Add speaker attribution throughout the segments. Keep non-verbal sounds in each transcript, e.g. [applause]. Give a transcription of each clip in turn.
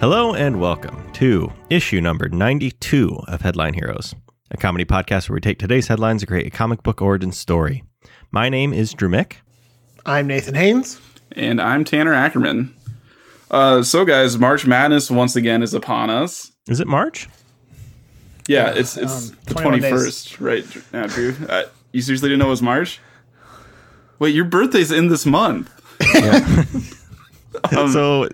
Speaker 1: Hello and welcome to issue number 92 of Headline Heroes, a comedy podcast where we take today's headlines and create a comic book origin story. My name is Drew Mick.
Speaker 2: I'm Nathan Haynes.
Speaker 3: And I'm Tanner Ackerman. Uh, so, guys, March Madness once again is upon us.
Speaker 1: Is it March?
Speaker 3: Yeah, it's it's
Speaker 2: um,
Speaker 3: the
Speaker 2: 21 days.
Speaker 3: 21st, right now, Drew? Uh, you seriously didn't know it was March? Wait, your birthday's in this month.
Speaker 1: [laughs] so,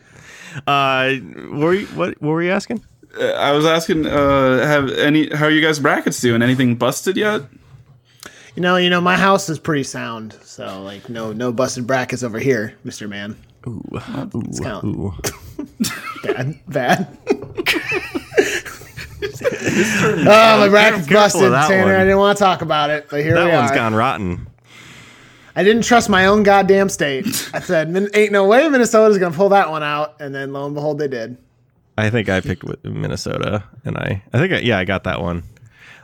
Speaker 1: uh, were you, what what were you asking?
Speaker 3: Uh, I was asking, uh, have any? How are you guys brackets doing? Anything busted yet?
Speaker 2: You know, you know, my house is pretty sound, so like no no busted brackets over here, Mister Man.
Speaker 1: Ooh,
Speaker 2: count.
Speaker 1: ooh.
Speaker 2: Bad, bad. [laughs] oh, my bracket's
Speaker 1: careful
Speaker 2: busted,
Speaker 1: with that
Speaker 2: Tanner.
Speaker 1: one.
Speaker 2: I didn't want to talk about it, but here we
Speaker 1: That one's
Speaker 2: are.
Speaker 1: gone rotten.
Speaker 2: I didn't trust my own goddamn state. I said, "Min- "Ain't no way Minnesota's gonna pull that one out," and then lo and behold, they did.
Speaker 1: I think I picked Wi- Minnesota, and I I think I, yeah I got that one.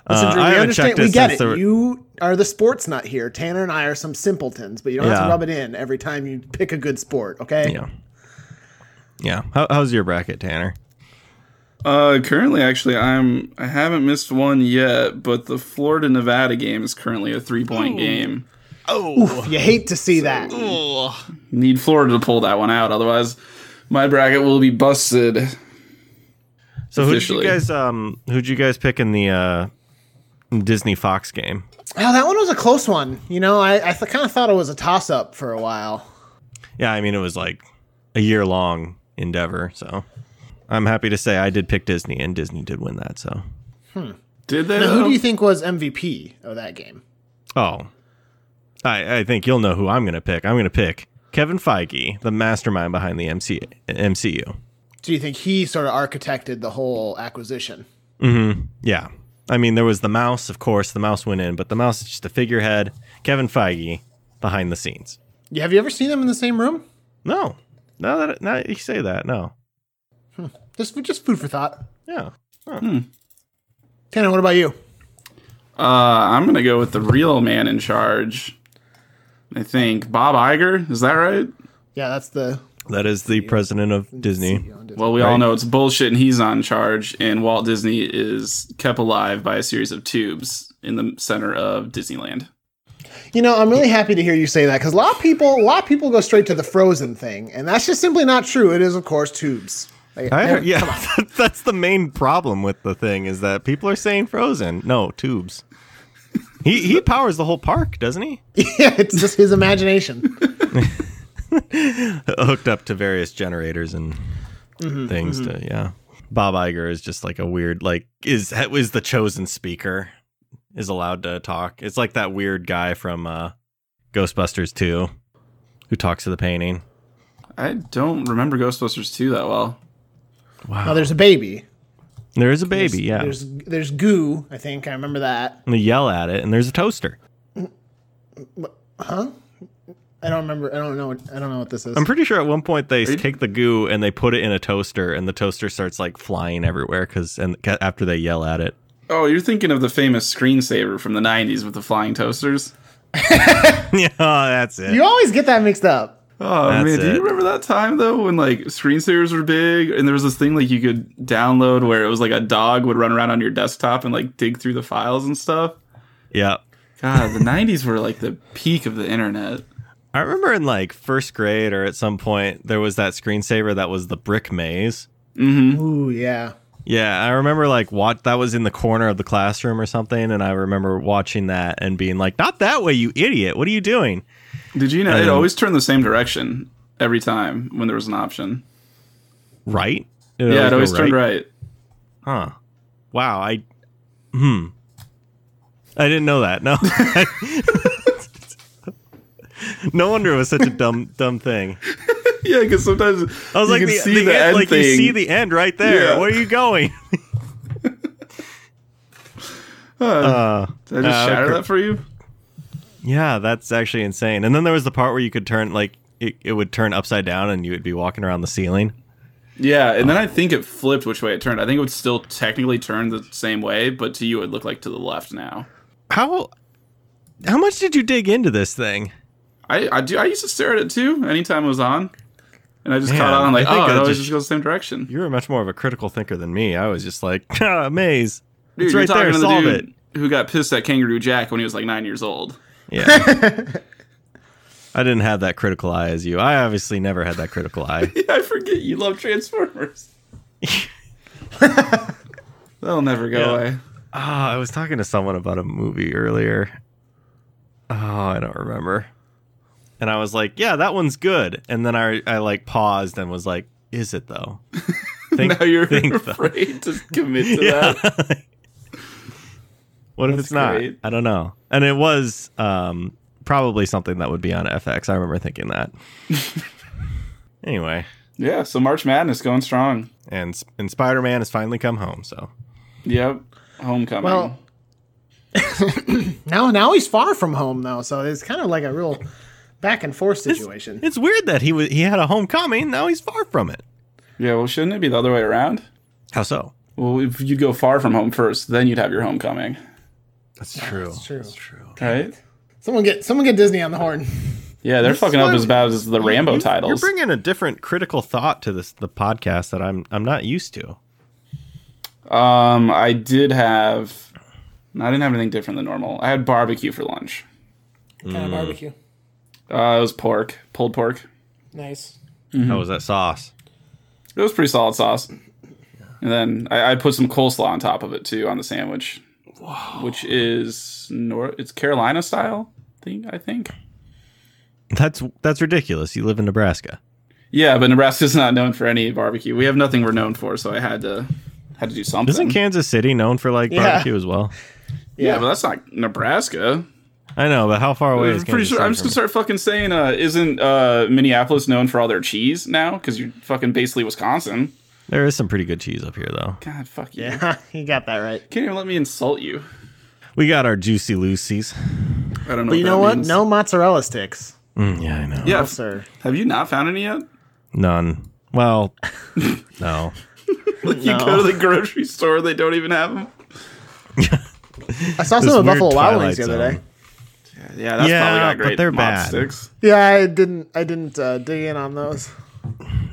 Speaker 2: Listen,
Speaker 1: Uh,
Speaker 2: Drew,
Speaker 1: I
Speaker 2: we
Speaker 1: haven't
Speaker 2: understand.
Speaker 1: checked
Speaker 2: We
Speaker 1: it
Speaker 2: get
Speaker 1: since
Speaker 2: it.
Speaker 1: the-
Speaker 2: You are the sports nut here. Tanner and I are some simpletons, but you don't have
Speaker 1: Yeah.
Speaker 2: to rub it in every time you pick a good sport. Okay?
Speaker 1: Yeah, yeah. How, how's your bracket, Tanner?
Speaker 3: Uh, currently, actually, I'm I haven't missed one yet, but the Florida Nevada game is currently a three
Speaker 2: Oh.
Speaker 3: point game.
Speaker 2: You hate to see that.
Speaker 3: Need Florida to pull that one out, otherwise, my bracket will be busted.
Speaker 1: So who did you
Speaker 3: Officially.
Speaker 1: guys um who'd you guys pick in the uh Disney Fox game?
Speaker 2: Oh, that one was a close one. You know, I, I th- kind of thought it was a toss up for a while.
Speaker 1: Yeah, I mean it was like a year long endeavor, so I'm happy to say I did pick Disney and Disney did win that, so.
Speaker 3: Did they?
Speaker 2: Who
Speaker 3: though?
Speaker 2: do you think was MVP of that game?
Speaker 1: Oh. I I think you'll know who I'm going to pick. I'm going to pick Kevin Feige, the mastermind behind the MC, MCU.
Speaker 2: Do you think he sort of architected the whole acquisition?
Speaker 1: Yeah. I mean, there was the mouse, of course. The mouse went in, but the mouse is just a figurehead. Kevin Feige behind the scenes.
Speaker 2: Yeah, have you ever seen them in the same room?
Speaker 1: No. Now that now that you say that, no.
Speaker 2: Just just food for thought.
Speaker 1: Yeah.
Speaker 2: Tanner, what about you?
Speaker 3: Uh, I'm gonna go with the real man in charge. I think Bob Iger. Is that right?
Speaker 2: Yeah, that's the
Speaker 1: That is the president of Disney.
Speaker 3: Well, we all know it's bullshit, and he's on charge. And Walt Disney is kept alive by a series of tubes in the center of Disneyland.
Speaker 2: You know, I'm really happy to hear you say that because a lot of people, a lot of people go straight to the Frozen thing, and that's just simply not true. It is, of course, tubes. Like,
Speaker 1: I
Speaker 2: I-
Speaker 1: heard, yeah, [laughs] that's the main problem with the thing is that people are saying Frozen. No, tubes. He he powers the whole park, doesn't he?
Speaker 2: [laughs]
Speaker 1: [laughs]
Speaker 2: yeah, it's just his imagination.
Speaker 1: Hooked up to various generators and
Speaker 2: Mm-hmm,
Speaker 1: things to yeah. Bob Iger is just like a weird like is is the chosen speaker is allowed to talk. It's like that weird guy from uh Ghostbusters 2 who talks to the painting.
Speaker 3: I don't remember Ghostbusters 2 that well.
Speaker 2: Now, there's a baby.
Speaker 1: There is a baby, yeah.
Speaker 2: There's there's goo. I think I remember that.
Speaker 1: and they yell at it and there's a toaster.
Speaker 2: I don't remember. I don't know. I don't know what this is.
Speaker 1: I'm pretty sure at one point they take the goo and they put it in a toaster, and the toaster starts like flying everywhere because and ca- after they yell at it, [laughs]
Speaker 3: Oh, you're thinking of the famous screensaver from the 90s with the flying toasters?
Speaker 1: yeah, that's it.
Speaker 2: you always get that mixed up.
Speaker 3: Oh
Speaker 1: That's
Speaker 3: man, do
Speaker 1: it.
Speaker 3: you remember that time though when like screensavers were big and there was this thing like you could download where it was like a dog would run around on your desktop and like dig through the files and stuff?
Speaker 1: yeah,
Speaker 3: God, the 90s were like the peak of the internet.
Speaker 1: I remember in like first grade or at some point there was that screensaver that was the brick maze.
Speaker 2: Ooh, yeah.
Speaker 1: Yeah, I remember like what that was in the corner of the classroom or something, and I remember watching that and being like, "Not that way, you idiot! What are you doing?"
Speaker 3: Did you know it
Speaker 1: Um,
Speaker 3: always turned the same direction every time when there was an option?
Speaker 1: Right? It
Speaker 3: Yeah, it
Speaker 1: go
Speaker 3: always turned right.
Speaker 1: Huh. Wow. I. Hmm. I didn't know that. No. [laughs] no wonder it was such a dumb, dumb thing.
Speaker 3: Yeah, because sometimes
Speaker 1: I was
Speaker 3: you
Speaker 1: like,
Speaker 3: can
Speaker 1: the,
Speaker 3: see
Speaker 1: the
Speaker 3: the,
Speaker 1: end,
Speaker 3: end
Speaker 1: like
Speaker 3: thing.
Speaker 1: you see the end right there.
Speaker 3: Yeah.
Speaker 1: Where are you going?
Speaker 3: Did I just
Speaker 1: uh,
Speaker 3: shatter
Speaker 1: okay.
Speaker 3: that for you?
Speaker 1: yeah, that's actually insane. And then there was the part where you could turn, like, it, it would turn upside down, and you would be walking around the ceiling.
Speaker 3: Yeah, and then
Speaker 1: Oh.
Speaker 3: I think it flipped which way it turned. I think it would still technically turn the same way, but to you it would look like to the left now.
Speaker 1: How? How much did you dig into this thing?
Speaker 3: I, I do. I used to stare at it too. Anytime it was on, And I just
Speaker 1: Man,
Speaker 3: caught on like,
Speaker 1: I think
Speaker 3: oh,
Speaker 1: I
Speaker 3: it always
Speaker 1: just-
Speaker 3: just goes the same direction.
Speaker 1: You were much more of a critical thinker than me. I was just like, [laughs] ah, maze.
Speaker 3: Dude,
Speaker 1: it's
Speaker 3: you're
Speaker 1: right
Speaker 3: talking
Speaker 1: there.
Speaker 3: to the
Speaker 1: Solve it.
Speaker 3: dude who got pissed at Kangaroo Jack when he was like nine years old.
Speaker 1: Yeah. [laughs] I didn't have that critical eye as you. I obviously never had that critical [laughs] eye.
Speaker 3: Yeah, [laughs] I forget you love Transformers. [laughs] That'll never go
Speaker 1: Yeah.
Speaker 3: away. [laughs]
Speaker 1: Oh, I was talking to someone about a movie earlier. Oh, I don't remember. And I was like, yeah, that one's good. And then I, I like paused and was like, is it though? Think,
Speaker 3: [laughs] now you're
Speaker 1: think though. [laughs]
Speaker 3: afraid to commit to
Speaker 1: Yeah.
Speaker 3: that.
Speaker 1: [laughs] what if
Speaker 3: That's
Speaker 1: it's not?
Speaker 3: great.
Speaker 1: I don't know. And it was um, probably something that would be on FX. I remember thinking
Speaker 3: [laughs]
Speaker 1: that. anyway,
Speaker 3: Yeah, so March Madness going strong.
Speaker 1: and S- and Spider Man has finally come home. So
Speaker 3: Yep. Homecoming.
Speaker 2: Well, now now he's far from home though, so it's kind of like a real back and forth situation.
Speaker 1: it's weird that he was he had a homecoming. Now he's far from it.
Speaker 3: yeah, well, shouldn't it be the other way around?
Speaker 1: How so?
Speaker 3: Well, if you go far from home first, then you'd have your homecoming,
Speaker 1: That's true.
Speaker 2: That's true.
Speaker 3: right?
Speaker 2: Someone get someone get Disney on the horn.
Speaker 3: Yeah, they're
Speaker 1: This
Speaker 3: fucking up
Speaker 1: one-
Speaker 3: as bad as the Rambo
Speaker 1: You- You're
Speaker 3: titles.
Speaker 1: bringing a different critical thought to this the podcast that I'm I'm not used to.
Speaker 3: um, I did have. I didn't have anything different than normal. I had barbecue for lunch.
Speaker 2: Kind
Speaker 1: Mm.
Speaker 2: of barbecue.
Speaker 3: Uh, it was pork, pulled pork.
Speaker 2: Nice.
Speaker 3: Mm-hmm.
Speaker 1: How was that sauce?
Speaker 3: It was pretty solid sauce. And then I, I put some coleslaw on top of it too on the sandwich, which is nor it's Carolina style thing I think.
Speaker 1: That's that's ridiculous. You live in Nebraska.
Speaker 3: Yeah, but Nebraska's not known for any barbecue. We have nothing we're known for, so I had to had to do something.
Speaker 1: Isn't Kansas City known for like
Speaker 2: Yeah.
Speaker 1: barbecue as well?
Speaker 3: yeah,
Speaker 2: Yeah.
Speaker 3: but that's not Nebraska.
Speaker 1: I know, but how far away is
Speaker 3: I'm pretty
Speaker 1: Kansas
Speaker 3: sure.
Speaker 1: City
Speaker 3: I'm just
Speaker 1: from-
Speaker 3: gonna start fucking saying, uh, isn't uh, Minneapolis known for all their cheese now? Because you're fucking basically Wisconsin.
Speaker 1: There is some pretty good cheese up here though.
Speaker 3: God, fuck
Speaker 2: [laughs]
Speaker 3: you.
Speaker 2: Yeah, you got that right.
Speaker 3: Can't even let me insult you.
Speaker 1: We got our juicy Lucy's.
Speaker 3: I don't know.
Speaker 2: But you
Speaker 3: that
Speaker 2: know what?
Speaker 3: means.
Speaker 2: No mozzarella sticks.
Speaker 1: Mm, yeah, I know.
Speaker 3: Yeah.
Speaker 2: No, sir.
Speaker 3: Have you not found any yet?
Speaker 1: None.
Speaker 3: [laughs]
Speaker 1: Well, no.
Speaker 3: Like [laughs] you go to the grocery store, they don't even have them.
Speaker 2: I saw
Speaker 1: This
Speaker 2: some at
Speaker 1: weird
Speaker 2: Buffalo Wild
Speaker 1: Twilight
Speaker 2: Wings the other
Speaker 1: Zone.
Speaker 2: day.
Speaker 3: Yeah, that's
Speaker 1: Yeah,
Speaker 3: probably not
Speaker 1: but
Speaker 3: great.
Speaker 1: they're
Speaker 3: mozz
Speaker 1: bad.
Speaker 3: Sticks.
Speaker 2: Yeah, I didn't I didn't uh, dig in on those.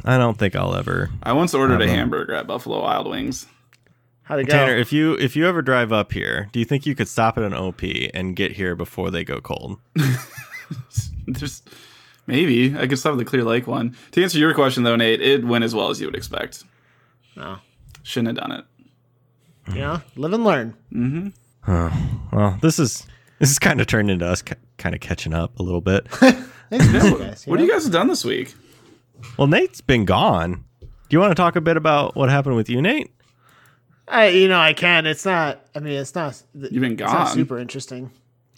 Speaker 1: I don't think I'll ever.
Speaker 3: I once ordered a hamburger at Buffalo Wild Wings.
Speaker 2: How'd it go?
Speaker 1: Tanner, if you if you ever drive up here, do you think you could stop at an OP and get here before they go cold?
Speaker 3: There's maybe I could stop at the Clear Lake one. To answer your question though, Nate, it went as well as you would expect.
Speaker 2: No.
Speaker 3: Shouldn't have done it.
Speaker 2: Yeah, live and learn.
Speaker 1: Well, this is this is kind of turned into us kind of catching up a little
Speaker 2: [laughs]
Speaker 1: bit.
Speaker 2: Thanks for you guys.
Speaker 3: What do you guys have done this week?
Speaker 1: well, Nate's been gone. Do you want to talk a bit about what happened with you, Nate?
Speaker 2: I, you know, I can. It's not. I mean, it's not.
Speaker 3: You've been
Speaker 2: It's not
Speaker 3: gone.
Speaker 2: super interesting.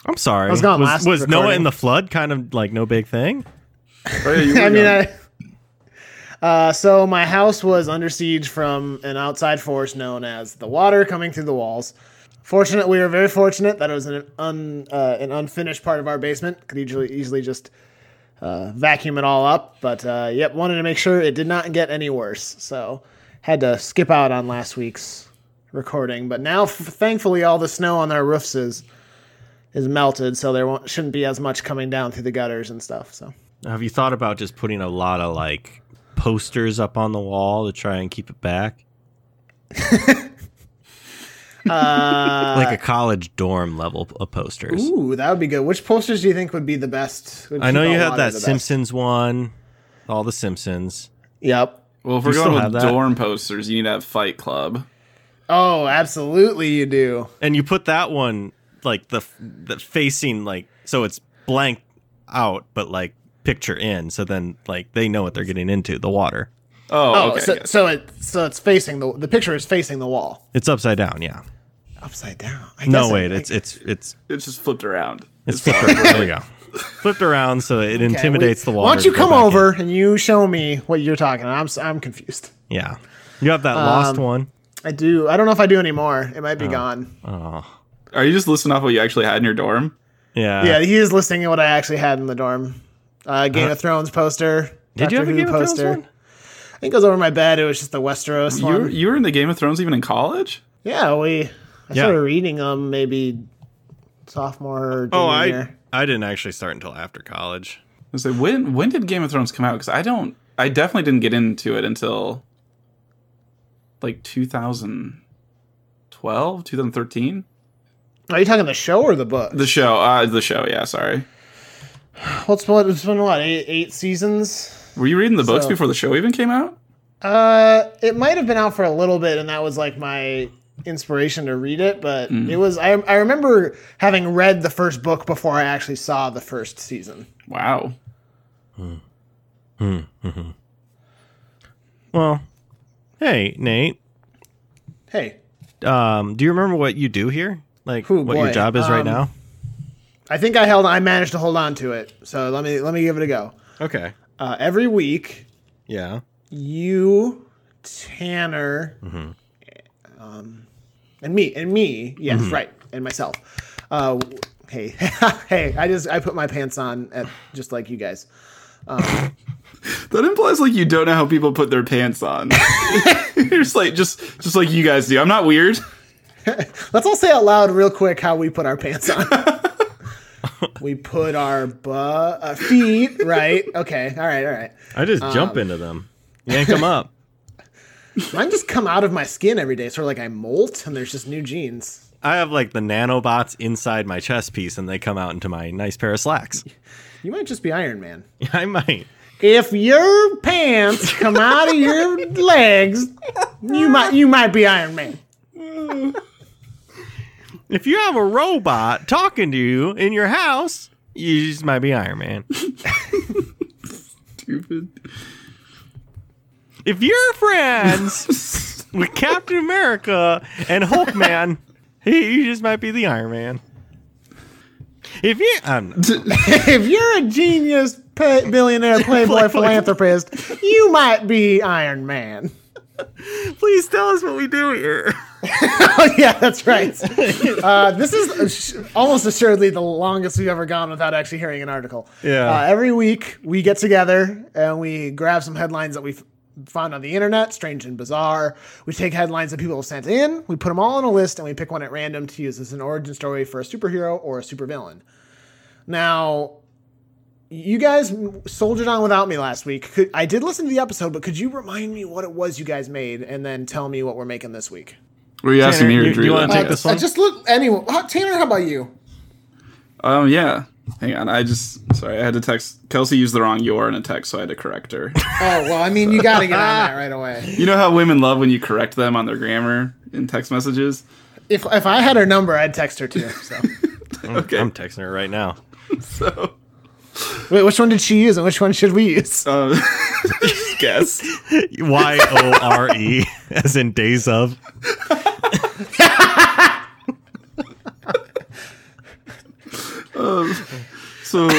Speaker 1: I'm sorry. I
Speaker 2: was gone
Speaker 1: was,
Speaker 2: last
Speaker 1: was Noah
Speaker 2: recording.
Speaker 1: in the flood kind of like no big thing? [laughs]
Speaker 3: Oh, yeah, you were
Speaker 2: I mean,
Speaker 3: gone.
Speaker 2: I. Uh, so my house was under siege from an outside force known as the water coming through the walls. Fortunate, we were very fortunate that it was in an un, uh, an unfinished part of our basement. Could easily easily just uh, vacuum it all up, but uh, yep, wanted to make sure it did not get any worse. So had to skip out on last week's recording, but now f- thankfully all the snow on our roofs is is melted, so there won't, shouldn't be as much coming down through the gutters and stuff. So.
Speaker 1: Have you thought about just putting a lot of like posters up on the wall to try and keep it
Speaker 2: [laughs]
Speaker 1: back? [laughs]
Speaker 2: Uh,
Speaker 1: like a college dorm level p- of posters.
Speaker 2: Ooh, that would be good. Which posters do you think would be the best? would
Speaker 1: I
Speaker 2: keep
Speaker 1: know you
Speaker 2: our
Speaker 1: had
Speaker 2: water
Speaker 1: that
Speaker 2: the best?
Speaker 1: Simpsons one, all the Simpsons.
Speaker 2: Yep.
Speaker 3: well, if we're
Speaker 1: you still
Speaker 3: going
Speaker 1: have
Speaker 3: with
Speaker 1: that?
Speaker 3: dorm posters, you need to have Fight Club.
Speaker 2: Oh, absolutely, you do.
Speaker 1: And you put that one like the f- the facing like so it's blank out but like picture in so then like they know what they're getting into, the water.
Speaker 3: Oh,
Speaker 2: Oh,
Speaker 3: okay.
Speaker 2: so,
Speaker 3: yes.
Speaker 2: so it so it's facing the the picture is facing the wall,
Speaker 1: It's upside down, yeah.
Speaker 2: upside down. I
Speaker 1: No
Speaker 2: guess I-
Speaker 1: wait,
Speaker 2: I-
Speaker 1: it's it's it's
Speaker 3: it's just flipped around.
Speaker 1: it's flipped around. There we go. Flipped around so it
Speaker 2: okay,
Speaker 1: intimidates
Speaker 2: we-
Speaker 1: the water.
Speaker 2: Why don't
Speaker 1: to
Speaker 2: you
Speaker 1: go
Speaker 2: come
Speaker 1: back in.
Speaker 2: over and you show me what you're talking? about? I'm s- I'm confused.
Speaker 1: Yeah. You have that lost
Speaker 2: Um,
Speaker 1: one.
Speaker 2: I do. I don't know if I do anymore. It might
Speaker 1: Oh.
Speaker 2: be gone.
Speaker 3: Are you just listing off what you actually had in your dorm?
Speaker 1: Yeah.
Speaker 2: yeah, he is listing what I actually had in the dorm. Uh, Game of Thrones poster.
Speaker 1: Uh-huh. Did you have
Speaker 2: Doctor
Speaker 1: a
Speaker 2: Who
Speaker 1: Game of Thrones one?
Speaker 2: I think it was over my bed. It was just the Westeros
Speaker 3: You
Speaker 2: one.
Speaker 3: were, you were in the Game of Thrones even in college?
Speaker 2: Yeah, we. I
Speaker 1: Yeah.
Speaker 2: started reading them maybe sophomore. Or junior
Speaker 1: Oh, I
Speaker 2: year.
Speaker 1: I didn't actually start until after college.
Speaker 3: I was like, when when did Game of Thrones come out? Because I don't I definitely didn't get into it until like 2012, 2013.
Speaker 2: Are you talking the show or the book?
Speaker 3: The show, uh, the show. Yeah, sorry.
Speaker 2: well, it's been, it's been what eight, eight seasons.
Speaker 3: Were you reading the books
Speaker 2: So-
Speaker 3: before the show even came out?
Speaker 2: Uh, it might have been out for a little bit, and that was like my inspiration to read it. But it was I, I remember having read the first book before I actually saw the first season.
Speaker 3: Wow.
Speaker 1: Well, hey Nate,
Speaker 2: Hey,
Speaker 1: um, do you remember what you do here? Like
Speaker 2: Ooh,
Speaker 1: what
Speaker 2: boy.
Speaker 1: your job is right
Speaker 2: Um,
Speaker 1: now?
Speaker 2: I think I held I managed to hold on to it. So let me let me give it a go.
Speaker 1: Okay.
Speaker 2: Uh, every week,
Speaker 1: Yeah.
Speaker 2: you, Tanner, um, and me and me, yes, right, and myself. Uh, w- hey, [laughs] hey, I just I put my pants on at just like you guys.
Speaker 3: That implies like you don't know how people put their pants on. [laughs] You're just like just just like you guys do. I'm not weird.
Speaker 2: Let's all say out loud real quick how we put our pants on. [laughs] we put our bu- uh, feet, right? Okay, all right, all right.
Speaker 1: I just jump into them, yank them up.
Speaker 2: Mine just come out of my skin every day, sort of like I molt, and there's just new jeans.
Speaker 1: I have like the nanobots inside my chest piece, and they come out into my nice pair of slacks.
Speaker 2: You might just be Iron Man.
Speaker 1: [laughs] I might.
Speaker 2: If your pants come out of your legs, you might you might be Iron Man.
Speaker 1: If you have a robot talking to you in your house, you just might be Iron Man.
Speaker 3: Stupid.
Speaker 1: If you're [laughs] friends with Captain America and Hulk Man, [laughs] he- you just might be the Iron Man. If you, um, I'm,
Speaker 2: If you're a genius pa- billionaire playboy philanthropist, you might be Iron Man.
Speaker 1: please tell us what we do here.
Speaker 2: Oh [laughs] yeah, that's right. Uh, this is ass- almost assuredly the longest we've ever gone without actually hearing an article.
Speaker 1: Yeah.
Speaker 2: Uh, every week we get together and we grab some headlines that we have found on the internet, strange and bizarre. We take headlines that people have sent in, we put them all on a list, and we pick one at random to use as an origin story for a superhero or a supervillain. Now, you guys soldiered on without me last week. Could, I did listen to the episode, but could you remind me what it was you guys made, and then tell me what we're making this week?
Speaker 3: Were you asking me
Speaker 1: Tanner,
Speaker 3: or
Speaker 1: you-
Speaker 3: Drew?
Speaker 1: you wanna
Speaker 3: that?
Speaker 1: take
Speaker 3: I
Speaker 1: this
Speaker 3: guess?
Speaker 1: one?
Speaker 2: I just look anyway. How, Tanner, how about you?
Speaker 3: Um, yeah. Hang on. I just sorry. I had to text. Kelsey used the wrong "your" in a text, so I had to correct her.
Speaker 2: Oh well, I mean, you got to get on that right away.
Speaker 3: you know how women love when you correct them on their grammar in text messages.
Speaker 2: [laughs]
Speaker 1: Mm,
Speaker 2: If if I had her number, I'd text her too. So.
Speaker 3: Okay.
Speaker 1: I'm texting her right now. [laughs]
Speaker 3: so,
Speaker 2: [laughs] Wait, which one did she use, and which one should we use?
Speaker 1: [laughs]
Speaker 3: um, guess.
Speaker 1: Y O R [laughs] E, as in days of.
Speaker 3: So,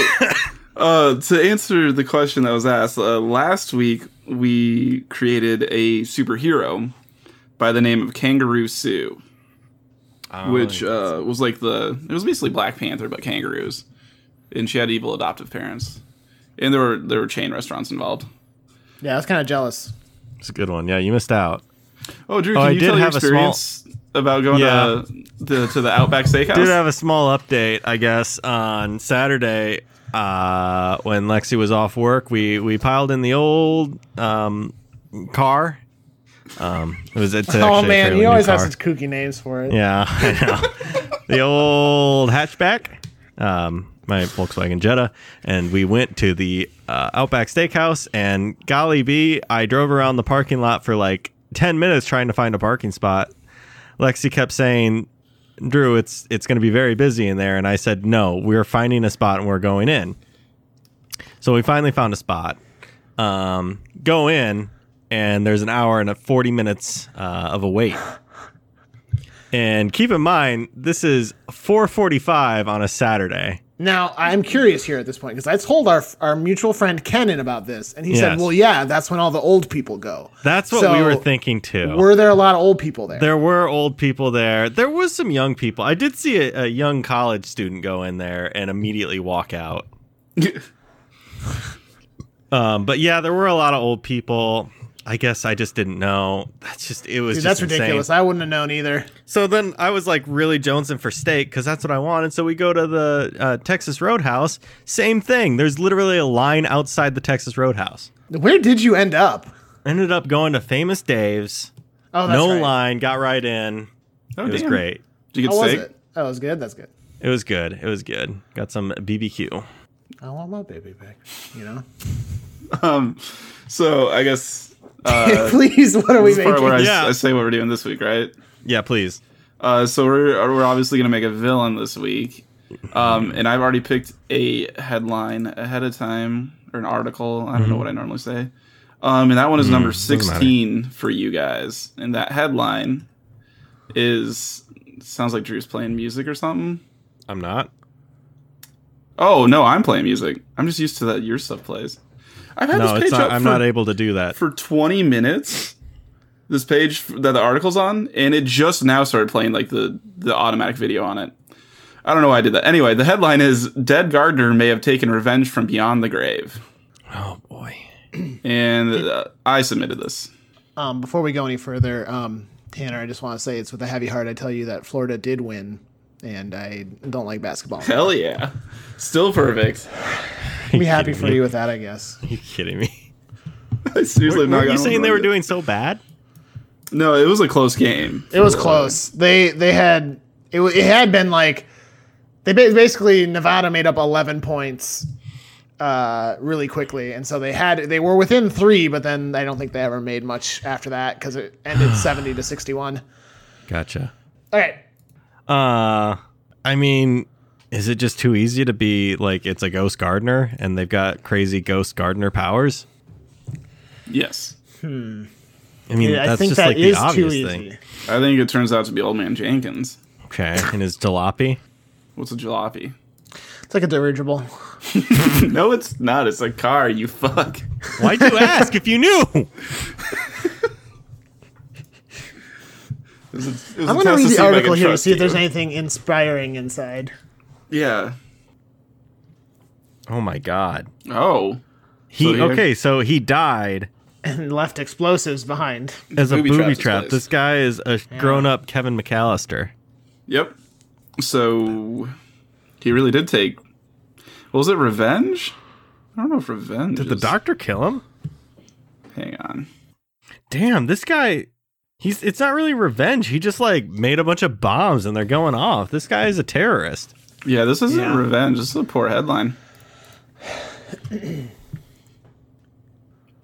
Speaker 3: uh, to answer the question that was asked uh, last week, we created a superhero by the name of Kangaroo Sue,
Speaker 1: Oh,
Speaker 3: which uh, was like the it was basically Black Panther but kangaroos, and she had evil adoptive parents, and there were there were chain restaurants involved.
Speaker 2: Yeah, I was kind of jealous.
Speaker 1: It's a good one. Yeah, you missed out.
Speaker 3: Oh, Drew,
Speaker 1: Oh,
Speaker 3: can
Speaker 1: I
Speaker 3: you
Speaker 1: did
Speaker 3: tell your
Speaker 1: have a small-
Speaker 3: experience about going
Speaker 1: Yeah.
Speaker 3: to, the, to the Outback Steakhouse?
Speaker 1: did have a small update, I guess, on Saturday uh, when Lexi was off work. We we piled in the old um, car. Um, it was it's actually
Speaker 2: oh
Speaker 1: a
Speaker 2: man,
Speaker 1: fairly
Speaker 2: you
Speaker 1: new
Speaker 2: always have
Speaker 1: car.
Speaker 2: such kooky names for
Speaker 1: [laughs]
Speaker 2: it.
Speaker 1: yeah, I know. the old hatchback, um, my Volkswagen Jetta, and we went to the uh, Outback Steakhouse. And golly bee, I drove around the parking lot for like ten minutes trying to find a parking spot. Lexi kept saying, "Drew, it's it's going to be very busy in there," and I said, "No, we're finding a spot and we're going in." So we finally found a spot. Um, go in, and there's an hour and a forty minutes uh, of a wait. And keep in mind, this is 4:45 on a Saturday.
Speaker 2: Now I'm curious here at this point because I told our our mutual friend Kenan about this, and he said,
Speaker 1: Yes.
Speaker 2: "Well, yeah, that's when all the old people go."
Speaker 1: That's what we
Speaker 2: So,
Speaker 1: were thinking too.
Speaker 2: Were there a lot of old people there?
Speaker 1: there were old people there. There was some young people. I did see a, a young college student go in there and immediately walk out.
Speaker 3: [laughs]
Speaker 1: Um, but yeah, there were a lot of old people. I guess I just didn't know. That's just it was
Speaker 2: Dude,
Speaker 1: just
Speaker 2: that's ridiculous.
Speaker 1: insane.
Speaker 2: I wouldn't have known either.
Speaker 1: So then I was like really jonesing for steak because that's what I wanted. So we go to the uh, Texas Roadhouse. Same thing. There's literally a line outside the Texas Roadhouse.
Speaker 2: Where did you end up?
Speaker 1: Ended up going to Famous Dave's.
Speaker 2: Oh, that's
Speaker 1: no
Speaker 2: right.
Speaker 1: line. Got right in.
Speaker 3: Oh,
Speaker 1: it was
Speaker 3: damn.
Speaker 1: great.
Speaker 3: Did you
Speaker 2: How
Speaker 3: get
Speaker 2: was
Speaker 3: sick?
Speaker 2: it? That was good. That's good.
Speaker 1: It was good. It was good. Got some BBQ.
Speaker 2: I want my baby back.
Speaker 1: [laughs]
Speaker 2: You know.
Speaker 3: Um, so I guess uh,
Speaker 2: [laughs] Please, what are we
Speaker 3: this is part
Speaker 2: making?
Speaker 3: where I, s-
Speaker 1: Yeah.
Speaker 3: I say what we're doing this week, right?
Speaker 1: Yeah, please.
Speaker 3: Uh, so we're we're obviously gonna make a villain this week, um, and I've already picked a headline ahead of time or an article. I don't know what I normally say, um, and that one is number
Speaker 1: Mhm. Mm, doesn't matter.
Speaker 3: sixteen for you guys. And that headline is sounds like Drew's playing music or something.
Speaker 1: I'm not.
Speaker 3: Oh no, I'm playing music. I'm just used to that your stuff plays. I've had
Speaker 1: No,
Speaker 3: this
Speaker 1: it's
Speaker 3: page
Speaker 1: not,
Speaker 3: up
Speaker 1: I'm
Speaker 3: for,
Speaker 1: not able to do that.
Speaker 3: for 20 minutes. This page f- that the article's on, and it just now started playing like the the automatic video on it. I don't know why I did that. Anyway, the headline is "Dead Gardener may have taken revenge from beyond the grave,"
Speaker 1: [laughs] Oh boy.
Speaker 3: and uh, I submitted this.
Speaker 2: Um, before we go any further, um, Tanner, I just want to say it's with a heavy heart I tell you that Florida did win, and I don't
Speaker 1: [laughs]
Speaker 2: like basketball.
Speaker 3: Hell yeah, still perfect.
Speaker 2: be happy for you with that, I guess.
Speaker 1: Are you kidding me?
Speaker 3: [laughs] I
Speaker 1: Were
Speaker 3: seriously not
Speaker 1: you
Speaker 3: gonna
Speaker 1: saying they
Speaker 3: like
Speaker 1: were
Speaker 3: it.
Speaker 1: doing so bad?
Speaker 3: No, it was a close game.
Speaker 2: It was close. They they had it. wa- It had been like they ba- basically Nevada made up eleven points uh, really quickly, and so they had they were within three, but then I don't think they ever made much after that because it
Speaker 1: [sighs]
Speaker 2: ended seventy to sixty one.
Speaker 1: Gotcha.
Speaker 2: All right,
Speaker 1: Uh, I mean, is it just too easy to be like it's a ghost gardener and they've got crazy ghost gardener powers?
Speaker 3: Yes,
Speaker 1: I mean,
Speaker 2: I
Speaker 1: that's
Speaker 2: think
Speaker 1: just
Speaker 2: that
Speaker 1: like the
Speaker 2: is too
Speaker 1: obvious
Speaker 2: easy.
Speaker 1: thing.
Speaker 3: I think it turns out to be Old Man Jenkins.
Speaker 1: Okay, and his jalopy.
Speaker 3: What's a jalopy?
Speaker 2: It's like a dirigible.
Speaker 3: [laughs] no, it's not. It's a car. You fuck.
Speaker 1: Why'd you ask if you knew?
Speaker 3: It was a- it was a
Speaker 2: I'm gonna read
Speaker 3: test see if
Speaker 2: the
Speaker 3: I
Speaker 2: article
Speaker 3: could
Speaker 2: here to
Speaker 3: trust
Speaker 2: see if there's
Speaker 3: you.
Speaker 2: anything inspiring inside.
Speaker 3: Yeah.
Speaker 1: Oh my god.
Speaker 3: Oh.
Speaker 1: He
Speaker 3: So he-
Speaker 1: okay, so he died
Speaker 2: and left explosives behind.
Speaker 1: as a
Speaker 3: Booby
Speaker 1: booby
Speaker 3: trapped his
Speaker 1: trap.
Speaker 3: place.
Speaker 1: This guy is a grown-up Kevin McAllister.
Speaker 3: Yep. So he really did take. Well, was it revenge? I don't know if revenge.
Speaker 1: Did the
Speaker 3: is-
Speaker 1: doctor kill him?
Speaker 3: Hang on.
Speaker 1: Damn, this guy. He's. It's not really revenge. He just like made a bunch of bombs and they're going off. This guy is a terrorist.
Speaker 3: Yeah, this isn't
Speaker 2: Yeah.
Speaker 3: revenge. This is a poor headline.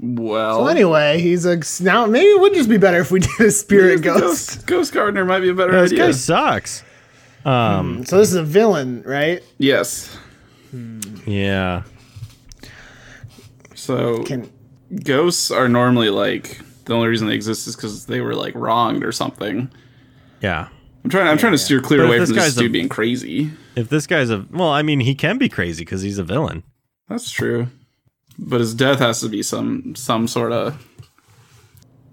Speaker 3: Well,
Speaker 2: Well, anyway, he's a now maybe it would just be better if we [laughs] did a spirit
Speaker 3: here's the
Speaker 2: ghost.
Speaker 3: ghost. Ghost gardener might be a better
Speaker 1: This
Speaker 3: idea.
Speaker 1: guy sucks. Um.
Speaker 2: So this is a villain, right?
Speaker 3: Yes.
Speaker 1: Yeah.
Speaker 3: So
Speaker 2: Can [laughs]
Speaker 3: ghosts are normally like the only reason they exist is because they were like wronged or something.
Speaker 1: Yeah.
Speaker 3: I'm trying. I'm trying to steer clear
Speaker 1: But if
Speaker 3: away
Speaker 1: this
Speaker 3: from this
Speaker 1: guy's a-
Speaker 3: dude being crazy.
Speaker 1: If this guy's a well, I mean, he can be crazy because he's a villain.
Speaker 3: That's true. But his death has to be some some sort of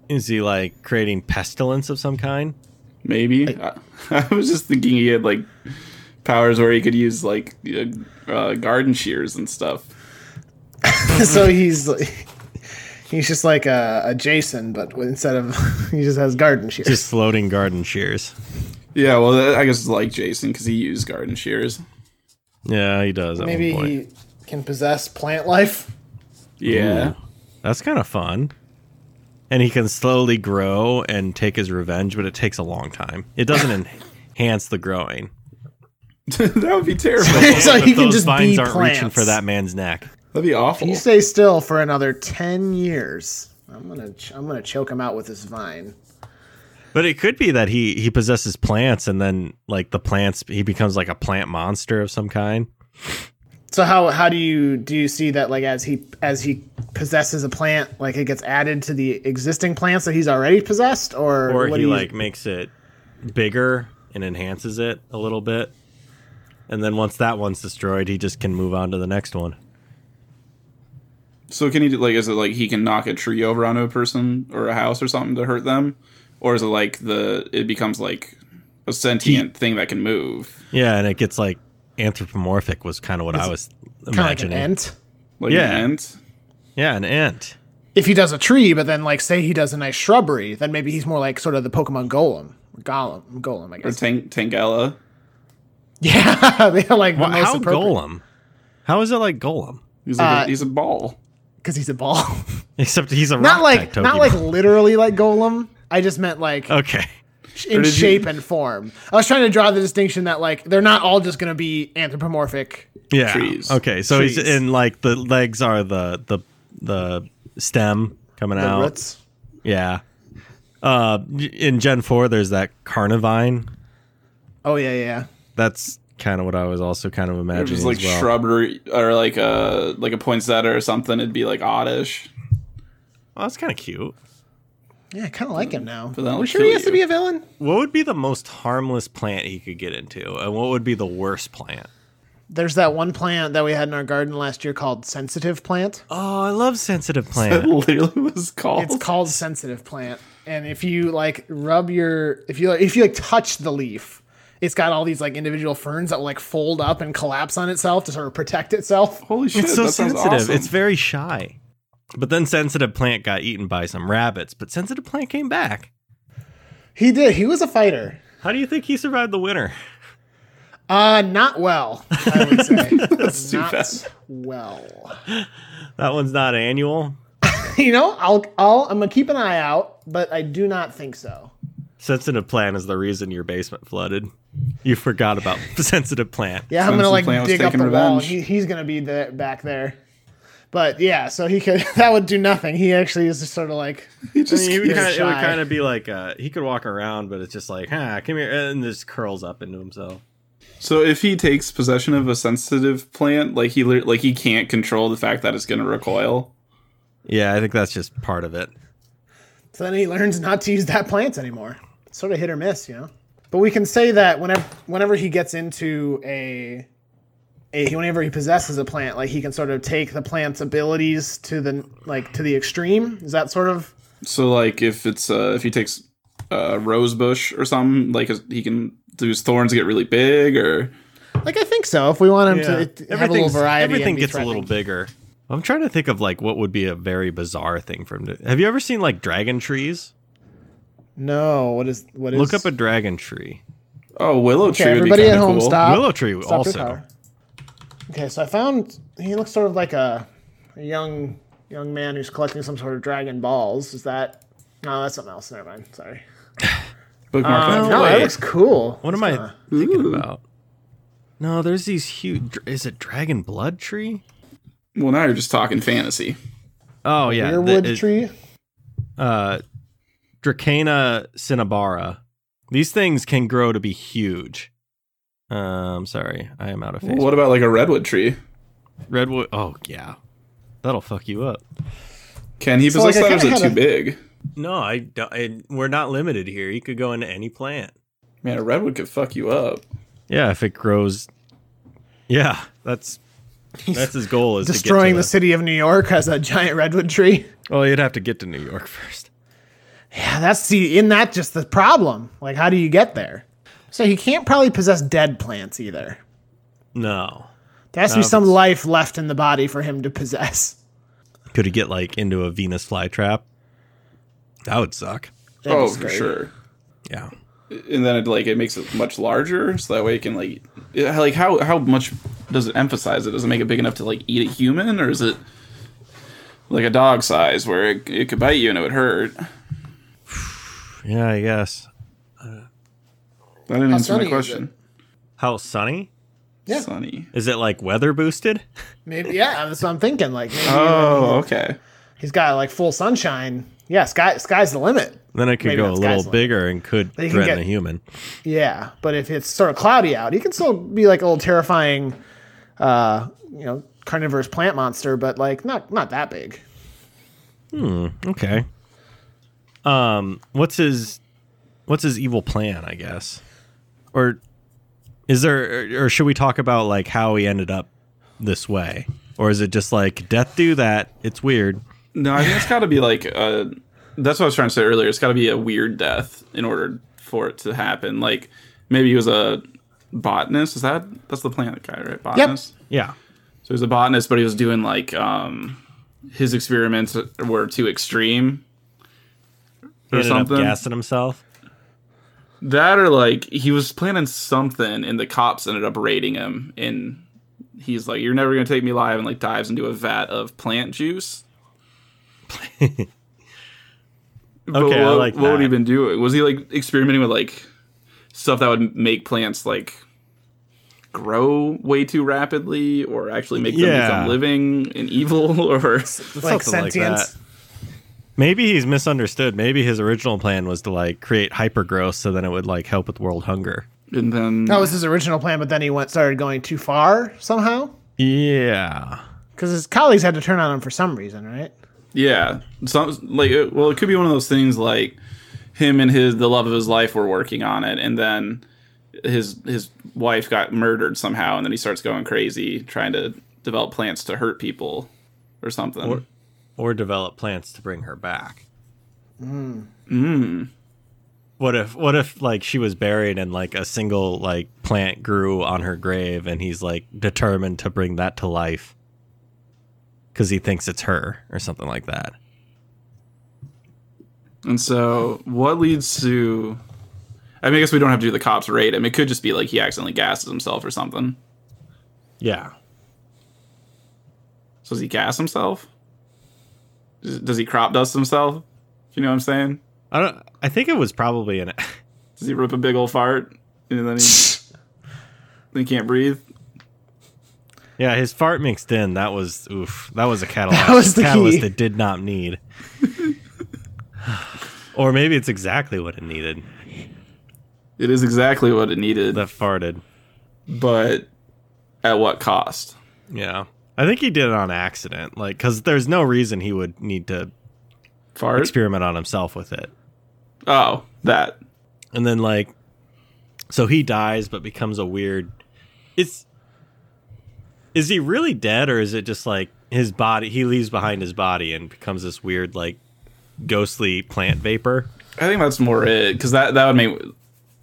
Speaker 1: Is he like creating pestilence of some kind?
Speaker 3: maybe. I, [laughs] I was just thinking he had like powers where he could use like uh, uh, garden shears and stuff.
Speaker 2: so he's like- he's just like a, a Jason, but instead of [laughs] he just has garden shears.
Speaker 1: Just floating garden shears.
Speaker 3: Yeah, well, that, I guess it's like Jason because he used garden shears.
Speaker 1: Yeah, he does. At
Speaker 2: Oh, maybe
Speaker 1: one point.
Speaker 2: he can possess plant life.
Speaker 3: Yeah,
Speaker 1: That's kind of fun. And he can slowly grow and take his revenge, but it takes a long time. It doesn't
Speaker 2: [laughs]
Speaker 1: enhance the growing.
Speaker 3: [laughs] that would be [laughs] terrible.
Speaker 2: [laughs] so
Speaker 1: But
Speaker 2: he can
Speaker 1: those
Speaker 2: just
Speaker 1: vines
Speaker 2: be
Speaker 1: aren't
Speaker 2: plants.
Speaker 1: reaching for that man's neck.
Speaker 3: That'd be awful.
Speaker 2: You stay still for another ten years. I'm gonna ch- I'm gonna choke him out with this vine.
Speaker 1: But it could be that he he possesses plants, and then like the plants, he becomes like a plant monster of some kind.
Speaker 2: So how how do you do you see that like as he as he possesses a plant like it gets added to the existing plants that he's already possessed or,
Speaker 1: Or
Speaker 2: what
Speaker 1: he
Speaker 2: do you,
Speaker 1: like makes it bigger and enhances it a little bit. And then once that one's destroyed, he just can move on to the next one.
Speaker 3: So can he do, like? Is it like he can knock a tree over onto a person or a house or something to hurt them, or is it like the it becomes like a sentient thing that can move?
Speaker 1: Yeah, and it gets like anthropomorphic was kind of what I was
Speaker 2: kind of like an
Speaker 1: imagining.
Speaker 2: ant
Speaker 3: Like
Speaker 1: Yeah.
Speaker 3: an ant?
Speaker 1: Yeah, an ant.
Speaker 2: if he does a tree but then like say he does a nice shrubbery then maybe he's more like sort of the Pokemon Golem Golem Golem I
Speaker 3: or
Speaker 2: guess
Speaker 3: Tang- Tangela.
Speaker 2: [laughs] yeah they're like the most
Speaker 1: how
Speaker 2: appropriate.
Speaker 1: golem? How is it like golem?
Speaker 2: Uh,
Speaker 3: He's like a, he's a ball.
Speaker 2: because he's a ball.
Speaker 1: Except he's a
Speaker 2: [laughs] not
Speaker 1: rock
Speaker 2: like
Speaker 1: type
Speaker 2: not like
Speaker 1: Pokemon. Oh,
Speaker 2: literally like Golem. I just meant
Speaker 1: [laughs]
Speaker 2: like
Speaker 1: okay.
Speaker 2: in
Speaker 3: did you-
Speaker 2: shape and form. I was trying to draw the distinction that like they're not all just going to be anthropomorphic.
Speaker 1: Yeah.
Speaker 3: Trees.
Speaker 1: Okay, so he's
Speaker 2: Trees.
Speaker 1: in like the legs are the the the stem coming
Speaker 2: The
Speaker 1: out.
Speaker 2: roots.
Speaker 1: Yeah. Uh, in Gen Four, there's that Carnivine.
Speaker 2: Oh yeah, yeah, yeah.
Speaker 1: That's kind of what I was also kind of
Speaker 3: It
Speaker 1: imagining.
Speaker 3: was like
Speaker 1: as well.
Speaker 3: shrubbery or like a like a poinsettia or something. It'd be like oddish.
Speaker 1: Well, Oh, that's kind of cute.
Speaker 2: Yeah, I kind of like him now.
Speaker 3: that'll
Speaker 2: Are we sure he
Speaker 3: kill
Speaker 2: has to
Speaker 3: you.
Speaker 2: be a villain?
Speaker 1: What would be the most harmless plant he could get into, and what would be the worst plant?
Speaker 2: There's that one plant that we had in our garden last year called sensitive plant.
Speaker 1: Oh, I love sensitive
Speaker 3: That
Speaker 1: plant.
Speaker 3: literally was called.
Speaker 2: It's called sensitive plant. And if you like rub your if you if you like touch the leaf, it's got all these like individual ferns that will like fold up and collapse on itself to sort of protect itself. [laughs]
Speaker 3: Holy shit!
Speaker 1: It's so
Speaker 3: that sounds
Speaker 1: sensitive.
Speaker 3: Awesome.
Speaker 1: It's very shy. But then sensitive plant got eaten by some rabbits, but sensitive plant came back.
Speaker 2: He did. He was a fighter.
Speaker 1: How do you think he survived the winter?
Speaker 2: Uh not well, I would say. That's
Speaker 3: too
Speaker 2: not
Speaker 3: fast.
Speaker 2: well. [laughs]
Speaker 1: That one's not annual.
Speaker 2: You know, I'll I'll I'm gonna keep an eye out, but I do not think so.
Speaker 1: Sensitive plant is the reason your basement flooded. You forgot about [laughs] sensitive plant.
Speaker 2: Yeah, I'm gonna
Speaker 3: Sensitive
Speaker 2: like
Speaker 3: Plan was
Speaker 2: dig up the
Speaker 3: taking
Speaker 2: wall. and
Speaker 3: revenge.
Speaker 2: He, he's gonna be there, back there. But yeah, so he could [laughs] that would do nothing. He actually is just sort of like
Speaker 3: He just
Speaker 1: He would
Speaker 2: He's
Speaker 1: kinda, it would
Speaker 2: shy.
Speaker 1: kind of be like uh, he could walk around, but it's just like, ah, come here, and just curls up into himself.
Speaker 3: So if he takes possession of a sensitive plant, like he lit- like he can't control the fact that it's going to recoil.
Speaker 1: Yeah, I think that's just part of it.
Speaker 2: so then he learns not to use that plant anymore. It's sort of hit or miss, you know. But we can say that whenever whenever he gets into a a whenever he possesses a plant, like he can sort of take the plant's abilities to the like to the extreme. Is that sort of
Speaker 3: So like if it's uh, if he takes a rose bush or something, like his- he can do his thorns get really big or
Speaker 2: like I think so. If we want him
Speaker 1: Yeah.
Speaker 2: to it- have a little
Speaker 1: Everything's-
Speaker 2: variety, and
Speaker 1: Everything
Speaker 2: be
Speaker 1: gets a little
Speaker 2: threatening.
Speaker 1: bigger. I'm trying to think of like what would be a very bizarre thing for him to. Have you ever seen like dragon trees?
Speaker 2: No, what is what is?
Speaker 1: Look up a dragon tree.
Speaker 3: oh willow
Speaker 2: Okay,
Speaker 3: tree. Would
Speaker 2: everybody
Speaker 3: be
Speaker 2: at
Speaker 3: kinda
Speaker 2: home,
Speaker 3: cool.
Speaker 2: stop.
Speaker 1: Willow tree
Speaker 2: Stop your
Speaker 1: also.
Speaker 2: car. Okay, so I found he looks sort of like a, a young young man who's collecting some sort of dragon balls. Is that? No, that's something else. Never mind. Sorry.
Speaker 3: Bookmark that.
Speaker 2: No, that
Speaker 1: wait.
Speaker 2: looks cool.
Speaker 1: What am I
Speaker 3: Ooh.
Speaker 1: thinking about? No, there's these huge. dr- Is it dragon blood tree?
Speaker 3: Well, now you're just talking fantasy.
Speaker 1: Oh yeah, the-
Speaker 2: Earwood
Speaker 1: it-
Speaker 2: tree.
Speaker 1: uh, Dracaena cinnabara. These things can grow to be huge. Um, sorry, I am out of phase.
Speaker 3: What about like a redwood tree?
Speaker 1: Redwood. Oh yeah, that'll fuck you up.
Speaker 3: Can he
Speaker 2: So, like,
Speaker 3: possess
Speaker 2: I kinda
Speaker 3: that? Or is it
Speaker 2: had
Speaker 3: too
Speaker 2: a-
Speaker 3: big?
Speaker 1: No, I, don't- I. We're not limited here. You could go into any plant.
Speaker 3: Man, a redwood could fuck you up.
Speaker 1: Yeah, if it grows. Yeah, that's that's his goal is
Speaker 2: Destroying
Speaker 1: to
Speaker 2: the
Speaker 1: get to
Speaker 2: city of New York as a giant redwood tree. [laughs]
Speaker 1: the. Well, you'd have to get to New York [laughs] first.
Speaker 2: Yeah, that's the in that just the problem. Like, how do you get there? So he can't probably possess dead plants either.
Speaker 1: No.
Speaker 2: There has to be some life left in the body for him to possess. [laughs]
Speaker 1: Could he get like into a Venus flytrap? That would suck.
Speaker 2: That'd be
Speaker 3: oh, for
Speaker 2: scary.
Speaker 3: sure.
Speaker 1: Yeah.
Speaker 3: and then it like it makes it much larger so that way it can like yeah, like how how much does it emphasize it does it make it big enough to like eat a human or is it like a dog size where it, it could bite you and it would hurt
Speaker 1: Yeah, I guess.
Speaker 3: i didn't answer
Speaker 2: sunny
Speaker 3: my
Speaker 2: is
Speaker 3: question
Speaker 1: How sunny?
Speaker 2: Yeah.
Speaker 3: sunny
Speaker 1: Is it like weather boosted? [laughs]
Speaker 2: Maybe yeah, that's what I'm thinking. Like maybe
Speaker 3: oh okay
Speaker 2: he's got like full sunshine. Yeah, sky sky's the limit.
Speaker 1: Then it could
Speaker 2: Maybe
Speaker 1: go a
Speaker 2: that's
Speaker 1: little
Speaker 2: Geisler.
Speaker 1: bigger and could
Speaker 2: can
Speaker 1: threaten
Speaker 2: get-
Speaker 1: a human.
Speaker 2: Yeah, but if it's sort of cloudy out, he can still be like a little terrifying, uh, you know, carnivorous plant monster, but like not not that big.
Speaker 1: Okay. Um, what's his what's his evil plan, I guess? Or is there or should we talk about like how he ended up this way? Or is it just like death do that? It's weird.
Speaker 3: no i think it's got to be like uh that's what i was trying to say earlier it's got to be a weird death in order for it to happen like maybe he was a botanist is that that's the planet guy right botanist
Speaker 1: Yeah.
Speaker 3: So he's a botanist, but he was doing like um, his experiments were too extreme
Speaker 1: He
Speaker 3: or
Speaker 1: ended up
Speaker 3: something.
Speaker 1: gassing himself.
Speaker 3: That or like he was planning something, and the cops ended up raiding him, and he's like, "You're never gonna take me alive," and like dives into a vat of plant juice.
Speaker 1: [laughs] okay,
Speaker 3: But
Speaker 1: I
Speaker 3: what,
Speaker 1: like
Speaker 3: what would he
Speaker 1: that.
Speaker 3: been doing? Was he like experimenting with like stuff that would make plants like grow way too rapidly, or actually make them
Speaker 1: Yeah.
Speaker 3: become living and evil, [laughs] or
Speaker 2: like
Speaker 1: something like
Speaker 2: sentience.
Speaker 1: that. Maybe he's misunderstood. Maybe his original plan was to like create hypergrowth so then it would like help with world hunger.
Speaker 3: and then
Speaker 2: that was his original plan, but then he went started going too far somehow
Speaker 1: Yeah.
Speaker 2: because his colleagues had to turn on him for some reason, right?
Speaker 3: Yeah, some like uh, well, it could be one of those things like him and his the love of his life were working on it, and then his his wife got murdered somehow, and then he starts going crazy trying to develop plants to hurt people or something.
Speaker 1: Or develop plants to bring her back. Mm. What if what if like she was buried and like a single like plant grew on her grave and he's like determined to bring that to life cuz he thinks it's her or something like that.
Speaker 3: and so, what leads to? I mean, I guess we don't have to do the cops raid him. It could just be like he accidentally gasses himself or something.
Speaker 1: Yeah.
Speaker 3: So does he gas himself? Does does he crop dust himself? You know what I'm saying?
Speaker 1: I don't I think it was probably an
Speaker 3: Does he rip a big old fart and then he, then he can't breathe?
Speaker 1: Yeah, his fart mixed in. That was oof. That was a catalyst.
Speaker 2: That was the
Speaker 1: catalyst
Speaker 2: key.
Speaker 1: it did not
Speaker 2: [laughs]
Speaker 1: need. or maybe it's exactly what it needed.
Speaker 3: It is exactly what it needed,
Speaker 1: That farted.
Speaker 3: but at what cost?
Speaker 1: Yeah. I think he did it on accident. Like cuz there's no reason he would need to
Speaker 3: Fart?
Speaker 1: experiment on himself with it.
Speaker 3: Oh, that.
Speaker 1: And then like so he dies but becomes a weird It's Is he really dead or is it just like his body he leaves behind his body and becomes this weird like ghostly plant vapor?
Speaker 3: I think that's more it because that that would make.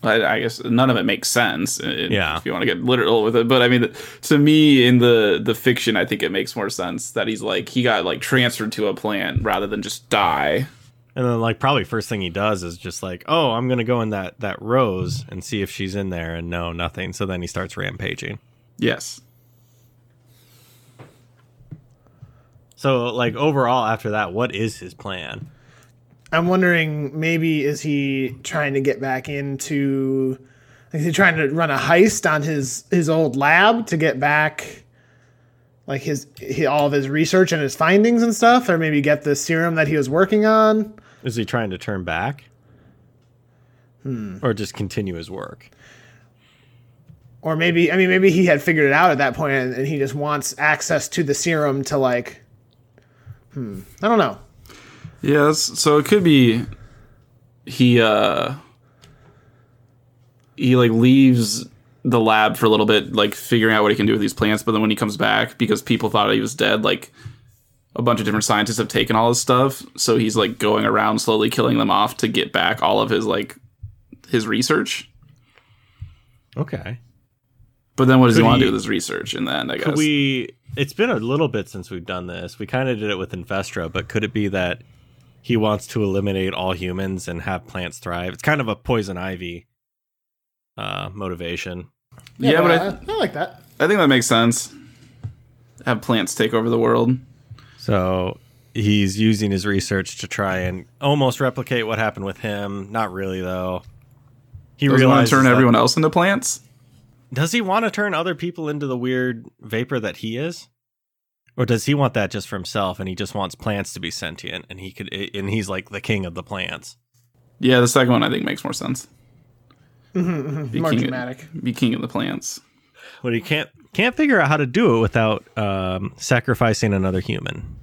Speaker 3: I, I guess none of it makes sense. uh,
Speaker 1: Yeah.
Speaker 3: If you want to get literal with it, but I mean, to me in the the fiction, I think it makes more sense that he's like he got like transferred to a plant rather than just die.
Speaker 1: And then like probably first thing he does is just like, "Oh, I'm going to go in that that rose and see if she's in there." And no, nothing. So then he starts rampaging.
Speaker 3: Yes.
Speaker 1: So like overall after that, what is his plan?
Speaker 2: I'm wondering maybe is he trying to get back into is he trying to run a heist on his his old lab to get back like his, he all of his research and his findings and stuff or maybe get the serum that he was working on
Speaker 1: Is he trying to turn back? Or just continue his work?
Speaker 2: or maybe I mean maybe he had figured it out at that point and, and he just wants access to the serum to like hmm I don't know
Speaker 3: Yes, so it could be he uh he like leaves the lab for a little bit, like figuring out what he can do with these plants, but then when he comes back, because people thought he was dead, like a bunch of different scientists have taken all his stuff, so he's like going around slowly killing them off to get back all of his like his research.
Speaker 1: Okay.
Speaker 3: But then what does
Speaker 1: Could
Speaker 3: he want
Speaker 1: he-
Speaker 3: to do with his research in the end, I guess.
Speaker 1: Could we It's been a little bit since we've done this. We kind of did it with Infestra, but could it be that he wants to eliminate all humans and have plants thrive? It's kind of a poison ivy uh motivation.
Speaker 3: yeah, but I,
Speaker 2: I, I like that
Speaker 3: I think that makes sense. Have plants take over the world.
Speaker 1: So he's using his research to try and almost replicate what happened with him. Not really, though. He
Speaker 3: Does he want
Speaker 1: realizes
Speaker 3: to turn
Speaker 1: that-
Speaker 3: everyone else into plants?
Speaker 1: Does he want to turn other people into the weird vapor that he is, or does he want that just for himself? And he just wants plants to be sentient, and he could, and he's like the king of the plants.
Speaker 3: Yeah, the second one I think makes more sense. Be
Speaker 2: more
Speaker 3: king of-
Speaker 2: dramatic
Speaker 3: be king of the plants.
Speaker 1: But he can't can't figure out how to do it without um, sacrificing another human.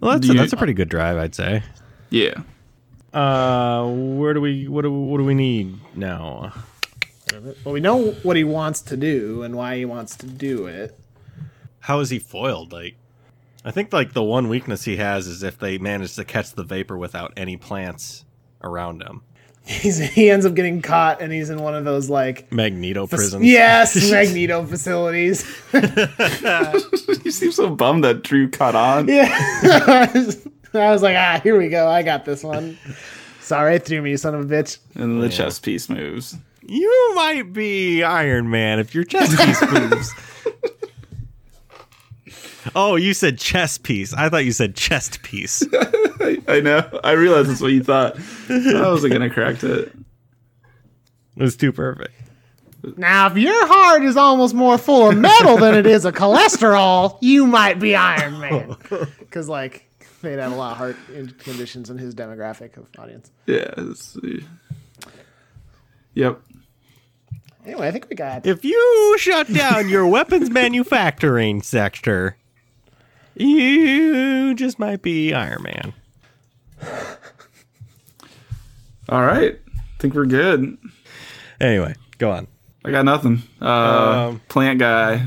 Speaker 1: Well, that's
Speaker 3: Do
Speaker 1: a,
Speaker 3: you-
Speaker 1: that's a pretty good drive, I'd say.
Speaker 3: Yeah.
Speaker 1: Uh, where do we what do what do we need now?
Speaker 2: well we know what he wants to do and why he wants to do it
Speaker 1: how is he foiled? Like, I think like the one weakness he has is if they manage to catch the vapor without any plants around him.
Speaker 2: he's he ends up getting caught and he's in one of those like
Speaker 1: Magneto prisons.
Speaker 2: yes magneto facilities
Speaker 3: [laughs] you seem so bummed that Drew caught on.
Speaker 2: yeah [laughs] i was like ah here we go i got this one sorry I threw me you son of a bitch
Speaker 3: And the chess piece moves.
Speaker 1: you might be Iron Man if you're just these moves. Oh, you said chess piece. I thought you said chest piece.
Speaker 3: I, I know. I realized that's what you thought. I wasn't gonna correct it.
Speaker 1: It was too perfect.
Speaker 2: Now, if your heart is almost more full of metal than it is of cholesterol, you might be Iron Man. Because, like, they'd have a lot of heart in- conditions in his demographic of audience.
Speaker 3: Yeah. it's- Yep.
Speaker 2: Anyway, I think we got
Speaker 1: If you shut down your weapons manufacturing sector, you just might be Iron Man.
Speaker 3: All right. I think we're good.
Speaker 1: Anyway, go on.
Speaker 3: I got nothing. Uh,
Speaker 2: Um,
Speaker 3: plant guy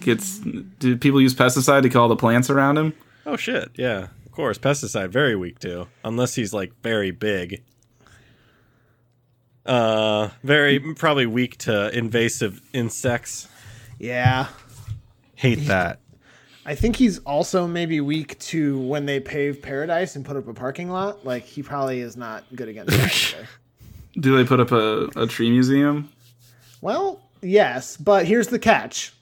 Speaker 3: gets. Do people use pesticide to kill the plants around him?
Speaker 1: Oh shit! Yeah, of course. Pesticide very weak too, unless he's like very big. Uh, very probably weak to invasive insects.
Speaker 2: Yeah.
Speaker 1: Hate that.
Speaker 2: I think he's also maybe weak to when they pave paradise and put up a parking lot. Like, he probably is not good against
Speaker 3: [laughs]
Speaker 2: that. either.
Speaker 3: Do they put up a, a tree museum?
Speaker 2: Well, yes, but here's the catch.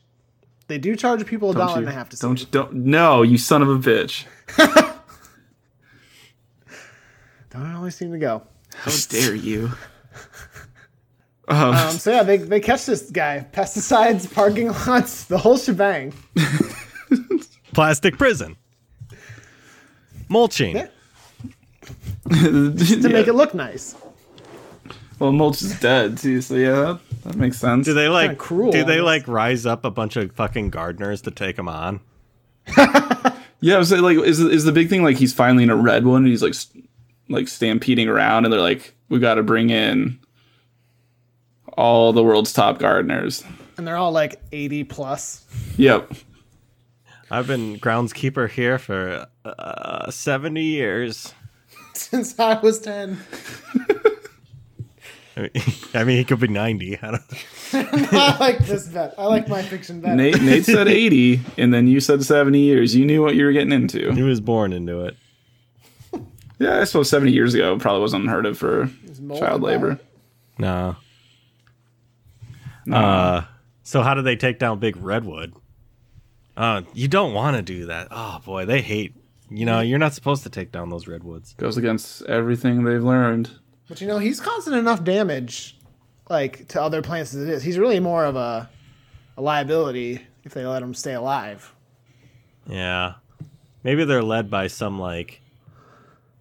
Speaker 2: They do charge people a
Speaker 3: Don't
Speaker 2: dollar
Speaker 3: you-
Speaker 2: and a half to see it.
Speaker 3: don't you, don't no, you son of a bitch!
Speaker 2: Don't always seem to go.
Speaker 3: How dare [laughs] you?
Speaker 2: Um,
Speaker 3: [laughs]
Speaker 2: so yeah, they, they catch this guy. [laughs] Pesticides, parking lots, the whole shebang.
Speaker 1: Plastic prison. Mulching.
Speaker 2: Yeah. To make it look nice.
Speaker 3: well, mulch is dead too, so yeah, that, that makes sense.
Speaker 1: Do they like
Speaker 2: Kinda cruel,
Speaker 1: Do they like
Speaker 2: almost.
Speaker 1: rise up a bunch of fucking gardeners to take him on?
Speaker 3: Yeah, I was saying, like, is is the big thing like he's finally in a red one and he's like, st- like stampeding around, and they're like, we got to bring in all the world's top gardeners.
Speaker 2: And they're all like 80 plus. [laughs]
Speaker 3: Yep.
Speaker 1: I've been groundskeeper here for uh, seventy years. [laughs]
Speaker 2: Since I was 10.
Speaker 1: I mean, I mean, he could be ninety. I don't.
Speaker 2: I like this bet. I like my fiction bet.
Speaker 3: Nate Nate [laughs] said eighty, and then you said seventy years. You knew what you were getting into.
Speaker 1: He was born into it.
Speaker 3: Yeah, I suppose seventy years ago probably wasn't unheard of for
Speaker 2: molded
Speaker 3: child
Speaker 2: by
Speaker 3: labor.
Speaker 2: it.
Speaker 1: No.
Speaker 3: No.
Speaker 1: Uh, so how do they take down Big Redwood? Uh, you don't want to do that. Oh boy, they hate. You know, you're not supposed to take down those redwoods.
Speaker 3: Goes against everything they've learned.
Speaker 2: But you know, he's causing enough damage like to other plants as it is. He's really more of a, a liability if they let him stay alive.
Speaker 1: Yeah. Maybe they're led by some like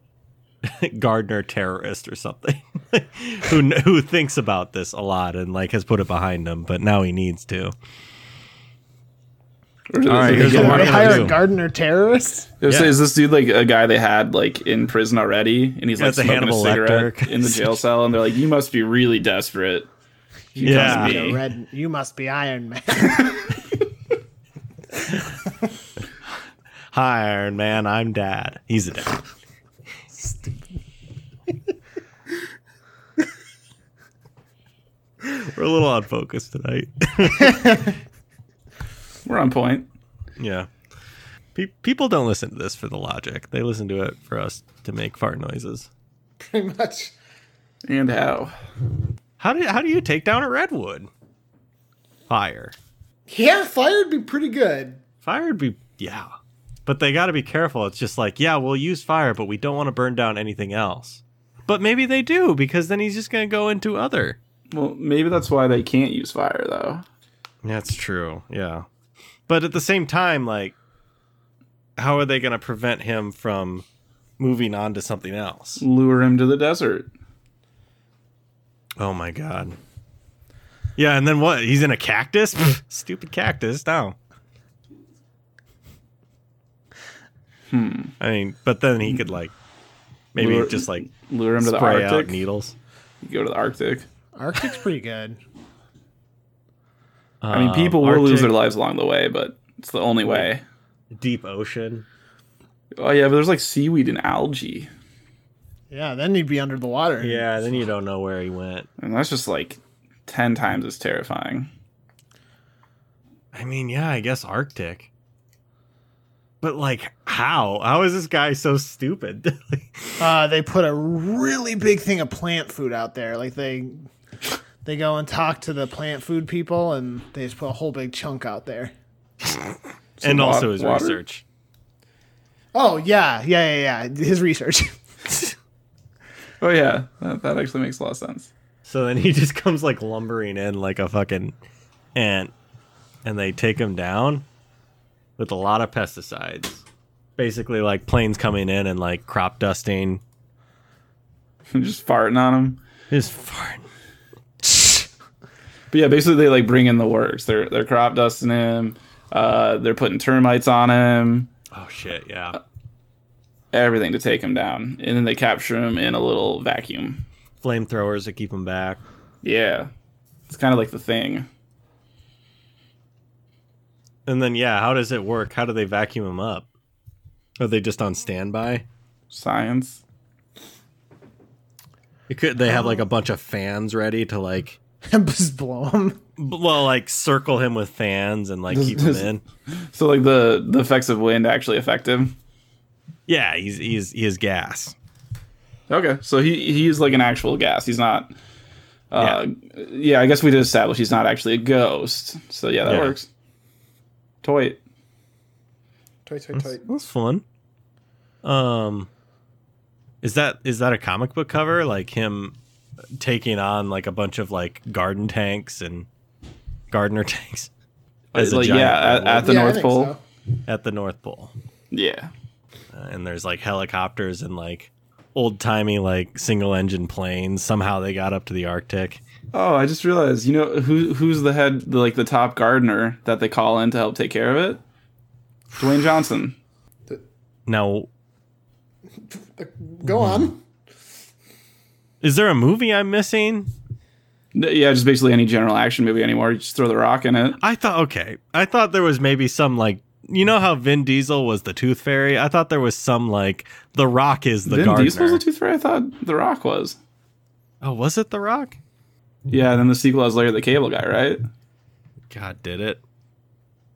Speaker 1: [laughs] gardener terrorist or something [laughs] who kn- who thinks about this a lot and like has put it behind him, but now he needs to.
Speaker 3: Or is,
Speaker 1: right,
Speaker 3: it-
Speaker 1: here's
Speaker 3: yeah.
Speaker 1: what we're
Speaker 2: They
Speaker 1: gonna
Speaker 2: hire
Speaker 1: do.
Speaker 2: a gardener terrorist?
Speaker 3: Is-
Speaker 1: Yeah.
Speaker 3: Is this dude like a guy they had like in prison already, and he's like
Speaker 1: That's a
Speaker 3: smoking a
Speaker 1: Hannibal
Speaker 3: cigarette
Speaker 1: Lecter.
Speaker 3: in the jail cell, and they're like, "You must be really desperate."
Speaker 1: yeah.
Speaker 3: comes
Speaker 2: You're red, you must be Iron Man. [laughs]
Speaker 1: Hi, Iron Man. I'm Dad. He's a dad. We're a little on focus tonight.
Speaker 3: We're on point.
Speaker 1: yeah. Pe- people don't listen to this for the logic. They listen to it for us to make fart noises.
Speaker 2: Pretty much.
Speaker 3: And how?
Speaker 1: How do how do you take down a redwood? Fire.
Speaker 2: Yeah, fire would be pretty good.
Speaker 1: Fire would be yeah. But they got to be careful. It's just like, yeah, we'll use fire, but we don't want to burn down anything else. But maybe they do because then he's just going to go into other
Speaker 3: Well, maybe that's why they can't use fire though.
Speaker 1: That's true. Yeah. But at the same time, like, how are they going to prevent him from moving on to something else?
Speaker 3: Lure him to the desert.
Speaker 1: Oh my God. Yeah. And then what? He's in a
Speaker 3: [laughs]
Speaker 1: cactus? Pfft, Stupid cactus. No. Hmm. I mean, but then he could, like, maybe
Speaker 3: Lure-
Speaker 1: just, like,
Speaker 3: Lure him to the
Speaker 1: spray out
Speaker 3: Arctic.
Speaker 1: needles.
Speaker 3: Go to the Arctic.
Speaker 2: Arctic's pretty good.
Speaker 3: I mean,
Speaker 1: Uh,
Speaker 3: people will lose their
Speaker 1: Arctic,
Speaker 3: lives along the way, but it's the only way.
Speaker 1: Deep ocean.
Speaker 3: Oh yeah, but there's like seaweed and algae,
Speaker 2: Yeah, then you'd be under the water.
Speaker 1: Yeah. Then you don't know where he went.
Speaker 3: and that's just like ten times as terrifying.
Speaker 1: I mean, yeah, I guess Arctic. But like, how? How is this guy so stupid? [laughs]
Speaker 2: Uh, they put a really big thing of plant food out there. Like they they go and talk to the plant food people and they just put a whole big chunk out there.
Speaker 3: So
Speaker 1: and
Speaker 3: wa-
Speaker 1: also his
Speaker 3: water?
Speaker 1: research.
Speaker 2: Oh yeah, yeah, yeah, yeah. His research. [laughs]
Speaker 3: Oh yeah, that, that actually makes a lot of sense. [laughs]
Speaker 1: So then he [laughs] just comes like lumbering in like a fucking ant, and they take him down with a lot of pesticides. Basically, like planes coming in and like crop dusting,
Speaker 3: Just farting on them.
Speaker 1: just farting.
Speaker 3: But yeah, basically they like bring in the works. They're they're crop dusting him. Uh, they're putting termites on him.
Speaker 1: Oh shit! Yeah,
Speaker 3: Everything to take him down, and then they capture him in a little vacuum.
Speaker 1: flamethrowers to keep him back.
Speaker 3: Yeah, it's kind of like the thing.
Speaker 1: And then yeah, how does it work? How do they vacuum him up? Are they just on standby?
Speaker 3: Science.
Speaker 1: It could they have like a bunch of fans ready to like
Speaker 2: and just [laughs] blow him.
Speaker 1: b- well like circle him with fans and like
Speaker 3: Does-
Speaker 1: keep him
Speaker 3: does-
Speaker 1: in.
Speaker 3: So like the the effects of wind actually affect him.
Speaker 1: Yeah, he's he's he has gas.
Speaker 3: Okay, so he he is like an actual gas. He's not. Uh, yeah. I guess we did establish he's not actually a ghost. So yeah, that
Speaker 1: Yeah.
Speaker 3: works. Toy.
Speaker 2: Toy, toy, toy.
Speaker 1: That's fun. Um, is that is that a comic book cover like him taking on like a bunch of like garden tanks and gardener [laughs] tanks as a
Speaker 3: Like,
Speaker 1: giant
Speaker 3: yeah, at,
Speaker 1: at,
Speaker 3: at the North Pole.
Speaker 1: the North Pole?
Speaker 3: Yeah.
Speaker 1: Uh, and there's like helicopters and like old timey like single engine planes. Somehow they got up to the Arctic.
Speaker 3: Oh, I just realized. You know who who's the head, the, like the top gardener that they call in to help take care of it? Dwayne Johnson.
Speaker 1: Now,
Speaker 2: Go on.
Speaker 1: is there a movie I'm missing?
Speaker 3: N- Yeah, just basically any general action movie anymore. You just throw the rock in it.
Speaker 1: I thought okay. I thought there was maybe some like you know how Vin Diesel was the Tooth Fairy. I thought there was some like The Rock is the
Speaker 3: Vin
Speaker 1: gardener.
Speaker 3: Diesel's a tooth fairy. I thought the Rock was.
Speaker 1: oh, was it The Rock?
Speaker 3: Yeah, and then the sequel has Larry the Cable Guy, right?
Speaker 1: God, did it?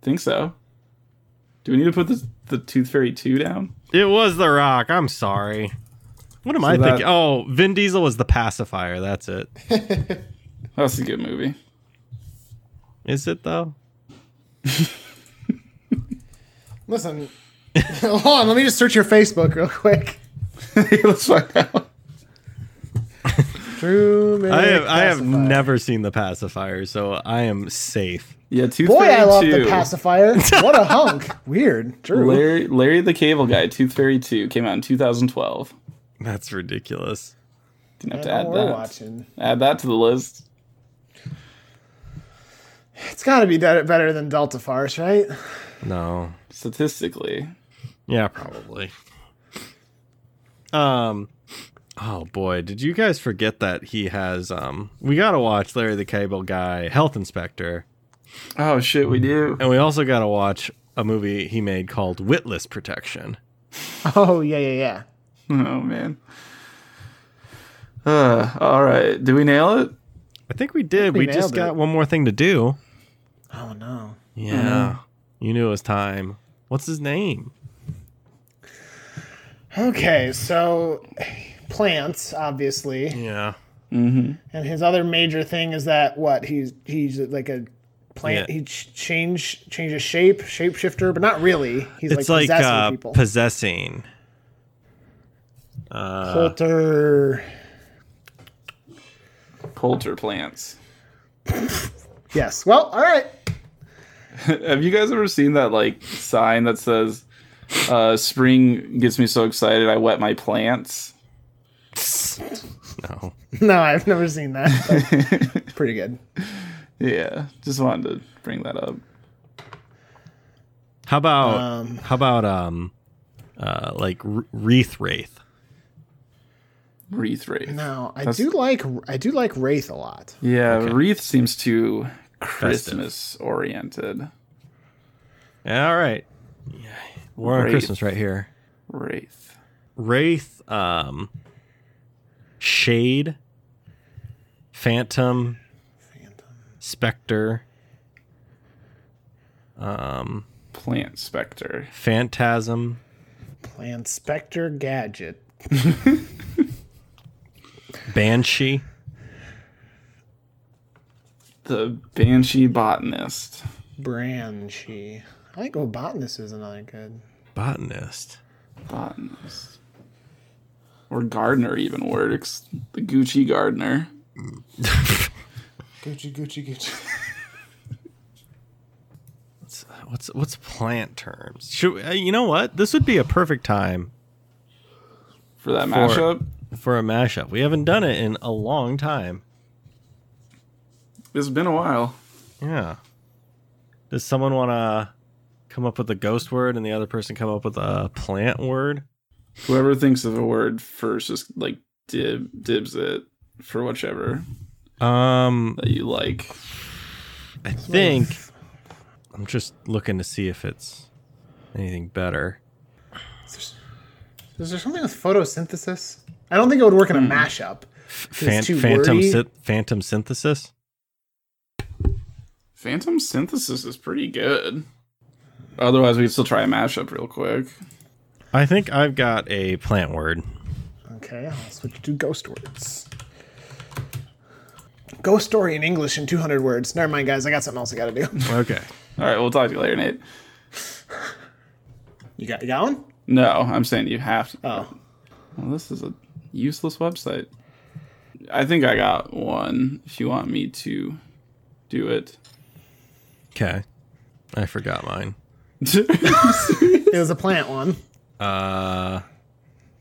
Speaker 3: Think so. Do we need to put the the Tooth Fairy two down?
Speaker 1: It was The Rock. I'm sorry. What am I
Speaker 3: that-
Speaker 1: thinking? Oh, Vin Diesel was the pacifier. That's it.
Speaker 3: That's a good movie. [laughs]
Speaker 1: Is it though?
Speaker 2: Listen. [laughs] Hold on. Let me just search your Facebook real quick.
Speaker 3: Let's find out.
Speaker 2: True.
Speaker 1: I have I have never seen the pacifier, so I am safe.
Speaker 3: Yeah, Tooth
Speaker 2: Boy,
Speaker 3: Fairy
Speaker 2: I love
Speaker 3: two.
Speaker 2: the pacifier. What
Speaker 1: [laughs]
Speaker 2: a hunk. Weird. True.
Speaker 3: Larry, Larry the Cable Guy, Tooth Fairy two came out in 2012.
Speaker 1: That's ridiculous.
Speaker 3: Didn't have
Speaker 2: I
Speaker 3: to
Speaker 2: know
Speaker 3: add
Speaker 2: we're
Speaker 3: that.
Speaker 2: watching.
Speaker 3: Add that to the list.
Speaker 2: It's got to be better, better than Delta Farce, right?
Speaker 1: No.
Speaker 3: statistically.
Speaker 1: Yeah, probably. Um Oh boy, did you guys forget that he has um we got to watch Larry the Cable Guy Health Inspector
Speaker 3: Oh shit, we do.
Speaker 1: and we also got to watch a movie he made called Witless Protection.
Speaker 2: Oh yeah, yeah, yeah.
Speaker 3: Oh man. Uh, all right. Did we nail it?
Speaker 1: I think we did.
Speaker 2: we
Speaker 1: we just
Speaker 2: nailed
Speaker 1: got
Speaker 2: it.
Speaker 1: one more thing to do.
Speaker 2: Oh no.
Speaker 1: Yeah. You knew it was time. What's his name?
Speaker 2: Okay, so plants, obviously,
Speaker 1: Yeah.
Speaker 2: and his other major thing is that what he's he's like a plant.
Speaker 1: Yeah.
Speaker 2: He ch- change changes shape, shapeshifter, but not really. He's
Speaker 1: It's
Speaker 2: like
Speaker 1: like,
Speaker 2: possessing
Speaker 1: uh,
Speaker 2: people.
Speaker 1: possessing.
Speaker 2: Polter.
Speaker 3: Polter plants.
Speaker 2: Yes. Well, all right. [laughs]
Speaker 3: Have you guys ever seen that like sign that says uh, "Spring gets me so excited I wet my plants"?
Speaker 1: No.
Speaker 2: No, I've never seen that. but pretty good.
Speaker 3: Yeah, just wanted to bring that up.
Speaker 1: How about
Speaker 2: Um.
Speaker 1: how about um uh like Re- Wreath Wraith?
Speaker 3: Wreath wraith.
Speaker 2: No, I do like I do like Wraith a lot.
Speaker 3: Yeah, wreath seems too Christmas oriented.
Speaker 1: Yeah, all right. Yeah, we're on
Speaker 3: Wraith.
Speaker 1: Christmas right here.
Speaker 3: Wraith.
Speaker 1: Wraith, um, Shade, Phantom, Spectre, um,
Speaker 3: Plant specter.
Speaker 1: Phantasm.
Speaker 2: Plant Spectre Gadget.
Speaker 1: Banshee.
Speaker 3: The banshee botanist.
Speaker 2: Branchie. I think old botanist is another good.
Speaker 1: Botanist.
Speaker 3: Botanist. Or gardener even works. The Gucci gardener.
Speaker 2: Gucci, Gucci, Gucci.
Speaker 1: What's what's, what's plant terms? Should, uh, you know what? This would be a perfect time
Speaker 3: For that
Speaker 1: For-
Speaker 3: mashup.
Speaker 1: for a mashup. We haven't done it in a long time.
Speaker 3: It's been a while.
Speaker 1: Yeah. Does someone want to come up with a ghost word and the other person come up with a plant word?
Speaker 3: Whoever thinks of a word first just like dib, dibs it for whichever
Speaker 1: Um,
Speaker 3: that you like.
Speaker 1: I think I'm just looking to see if it's anything better.
Speaker 2: Is there something with photosynthesis? I don't think it would work in a
Speaker 3: Hmm.
Speaker 2: mashup.
Speaker 1: Fan-
Speaker 2: too
Speaker 1: phantom
Speaker 2: wordy.
Speaker 1: syn- phantom synthesis.
Speaker 3: Phantom synthesis is pretty good. Otherwise, we could still try a mashup real quick.
Speaker 1: I think I've got a plant word.
Speaker 2: Okay, I'll switch to ghost words. Ghost story in English in 200 words. Never mind, guys. I got something else I got to do.
Speaker 1: Okay.
Speaker 3: All right, we'll talk to you later, Nate.
Speaker 2: You got, you got one?
Speaker 3: No, I'm saying you have to.
Speaker 2: Oh.
Speaker 3: Well, this is a useless website. I think I got one. If you want me to do it, [laughs]
Speaker 1: Okay. I forgot mine.
Speaker 2: It was a plant one.
Speaker 1: Uh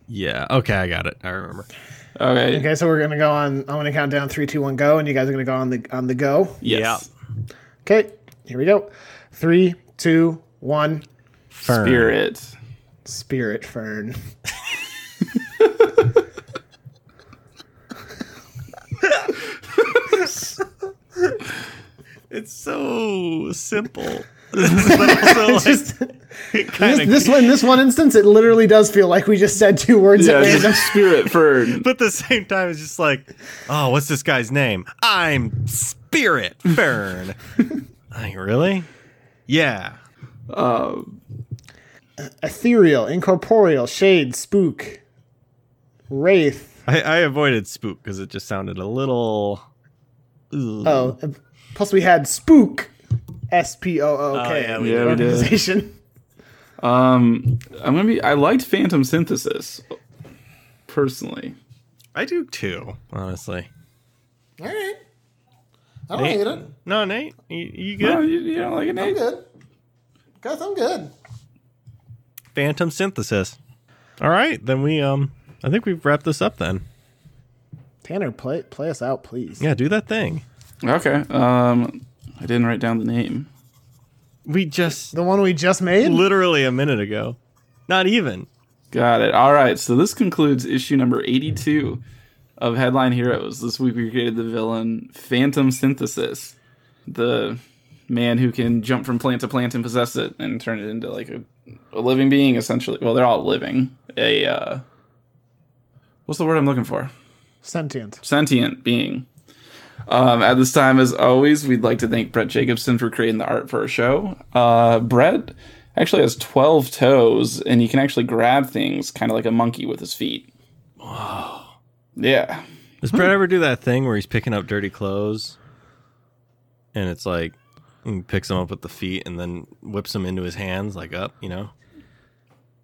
Speaker 1: yeah, okay, I got it. I remember.
Speaker 3: okay.
Speaker 2: Okay, so we're going to go on. I'm going to count down three, two, one, go, and you guys are going to go on the on the go.
Speaker 3: Yes.
Speaker 2: Okay, here we go. Three, two, one.
Speaker 1: Fern.
Speaker 3: Spirit.
Speaker 2: Spirit fern. [laughs]
Speaker 1: It's so simple. [laughs] but also
Speaker 2: [laughs]
Speaker 1: like,
Speaker 2: Just,
Speaker 1: it
Speaker 2: this,
Speaker 1: kinda-
Speaker 2: this one, in this one instance, it literally does feel like we just said two words
Speaker 3: Yeah,
Speaker 2: at random.
Speaker 3: just spirit [laughs]
Speaker 1: [laughs]
Speaker 3: fern.
Speaker 1: but at the same time it's just like, oh, what's this guy's name? I'm Spirit
Speaker 2: [laughs]
Speaker 1: Fern. like, really? Yeah.
Speaker 3: Um,
Speaker 2: Ethereal, incorporeal, shade, spook, wraith.
Speaker 1: I, I avoided spook because it just sounded a little Ugh.
Speaker 2: Oh, and plus we had Spook, S P O O
Speaker 1: Oh, yeah, we
Speaker 2: K
Speaker 3: did.
Speaker 2: organization. [laughs]
Speaker 3: um, I'm gonna be. I liked Phantom Synthesis, personally.
Speaker 1: I do too, honestly.
Speaker 2: All right, I don't hate it.
Speaker 1: No, Nate, you, you good?
Speaker 3: No, Oh, you, you don't like it, Nate?
Speaker 2: Good, guys, I'm good.
Speaker 1: Phantom synthesis. All right, then we um I think we've wrapped this up then.
Speaker 2: Tanner, play play us out, please.
Speaker 1: Yeah, do that thing.
Speaker 3: Okay. Um, I didn't write down the name.
Speaker 1: We just
Speaker 2: The one we just made.
Speaker 1: literally a minute ago. Not even.
Speaker 3: Got it. All right. So this concludes issue number 82 of Headline Heroes. This week we created the villain Phantom Synthesis, the man who can jump from plant to plant and possess it and turn it into like a, a living being, essentially. Well, they're all living. A, uh, what's the word I'm looking for?
Speaker 2: Sentient.
Speaker 3: sentient being. Um, at this time, as always, we'd like to thank Brett Jacobson for creating the art for our show. Uh, Brett actually has 12 toes, and he can actually grab things kind of like a monkey with his feet. Yeah.
Speaker 1: Does Brett ever do that thing where he's picking up dirty clothes and it's like he picks them up with the feet and then whips them into his hands like up, you know?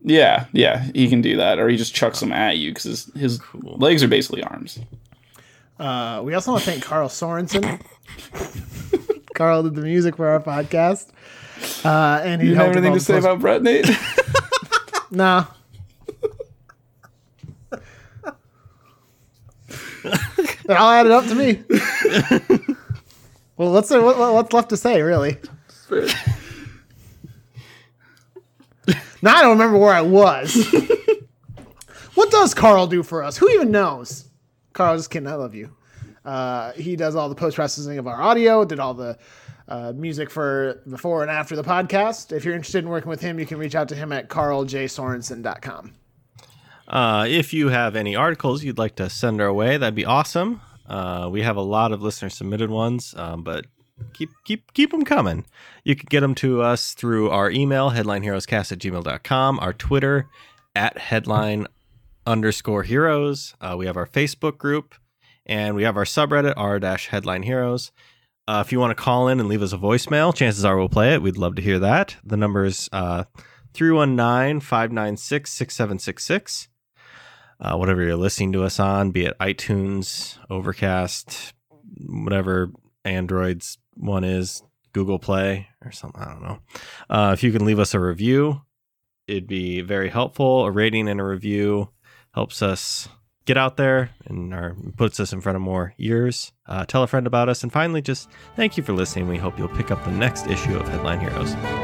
Speaker 3: Yeah, yeah, he can do that. Or he just chucks them at you because his, his legs are basically arms.
Speaker 2: Uh, we also want to thank Carl Sorensen. Carl did the music for our podcast, uh, and he
Speaker 3: You have
Speaker 2: helped with
Speaker 3: anything
Speaker 2: all
Speaker 3: to
Speaker 2: the
Speaker 3: say
Speaker 2: post-
Speaker 3: about Brett, Nate?
Speaker 2: Nah. [laughs] it all added up to
Speaker 3: [laughs]
Speaker 2: me. well, what's there, what, what's left to say, really? Now I don't remember where I was. what does Carl do for us? Who even knows? Carl, just kidding. I love you. Uh, he does all the post processing of our audio, did all the uh, music for before and after the podcast. If you're interested in working with him, you can reach out to him at carljsorensen.com.
Speaker 1: Uh, if you have any articles you'd like to send our way, that'd be awesome. Uh, we have a lot of listener submitted ones, um, but keep keep keep them coming. You can get them to us through our email, headlineheroescast at gmail.com, our Twitter, at headline underscore heroes. Uh, we have our Facebook group, and we have our subreddit, r dash headline heroes. Uh, if you want to call in and leave us a voicemail, chances are we'll play it. We'd love to hear that. The number is uh, 319 596 6766. uh, Whatever you're listening to us on, be it iTunes, Overcast, whatever Android's one is, Google Play or something. I don't know. Uh, if you can leave us a review, it'd be very helpful. A rating and a review helps us get out there and our, puts us in front of more ears. Uh, tell a friend about us. And finally, just thank you for listening. We hope you'll pick up the next issue of Headline Heroes.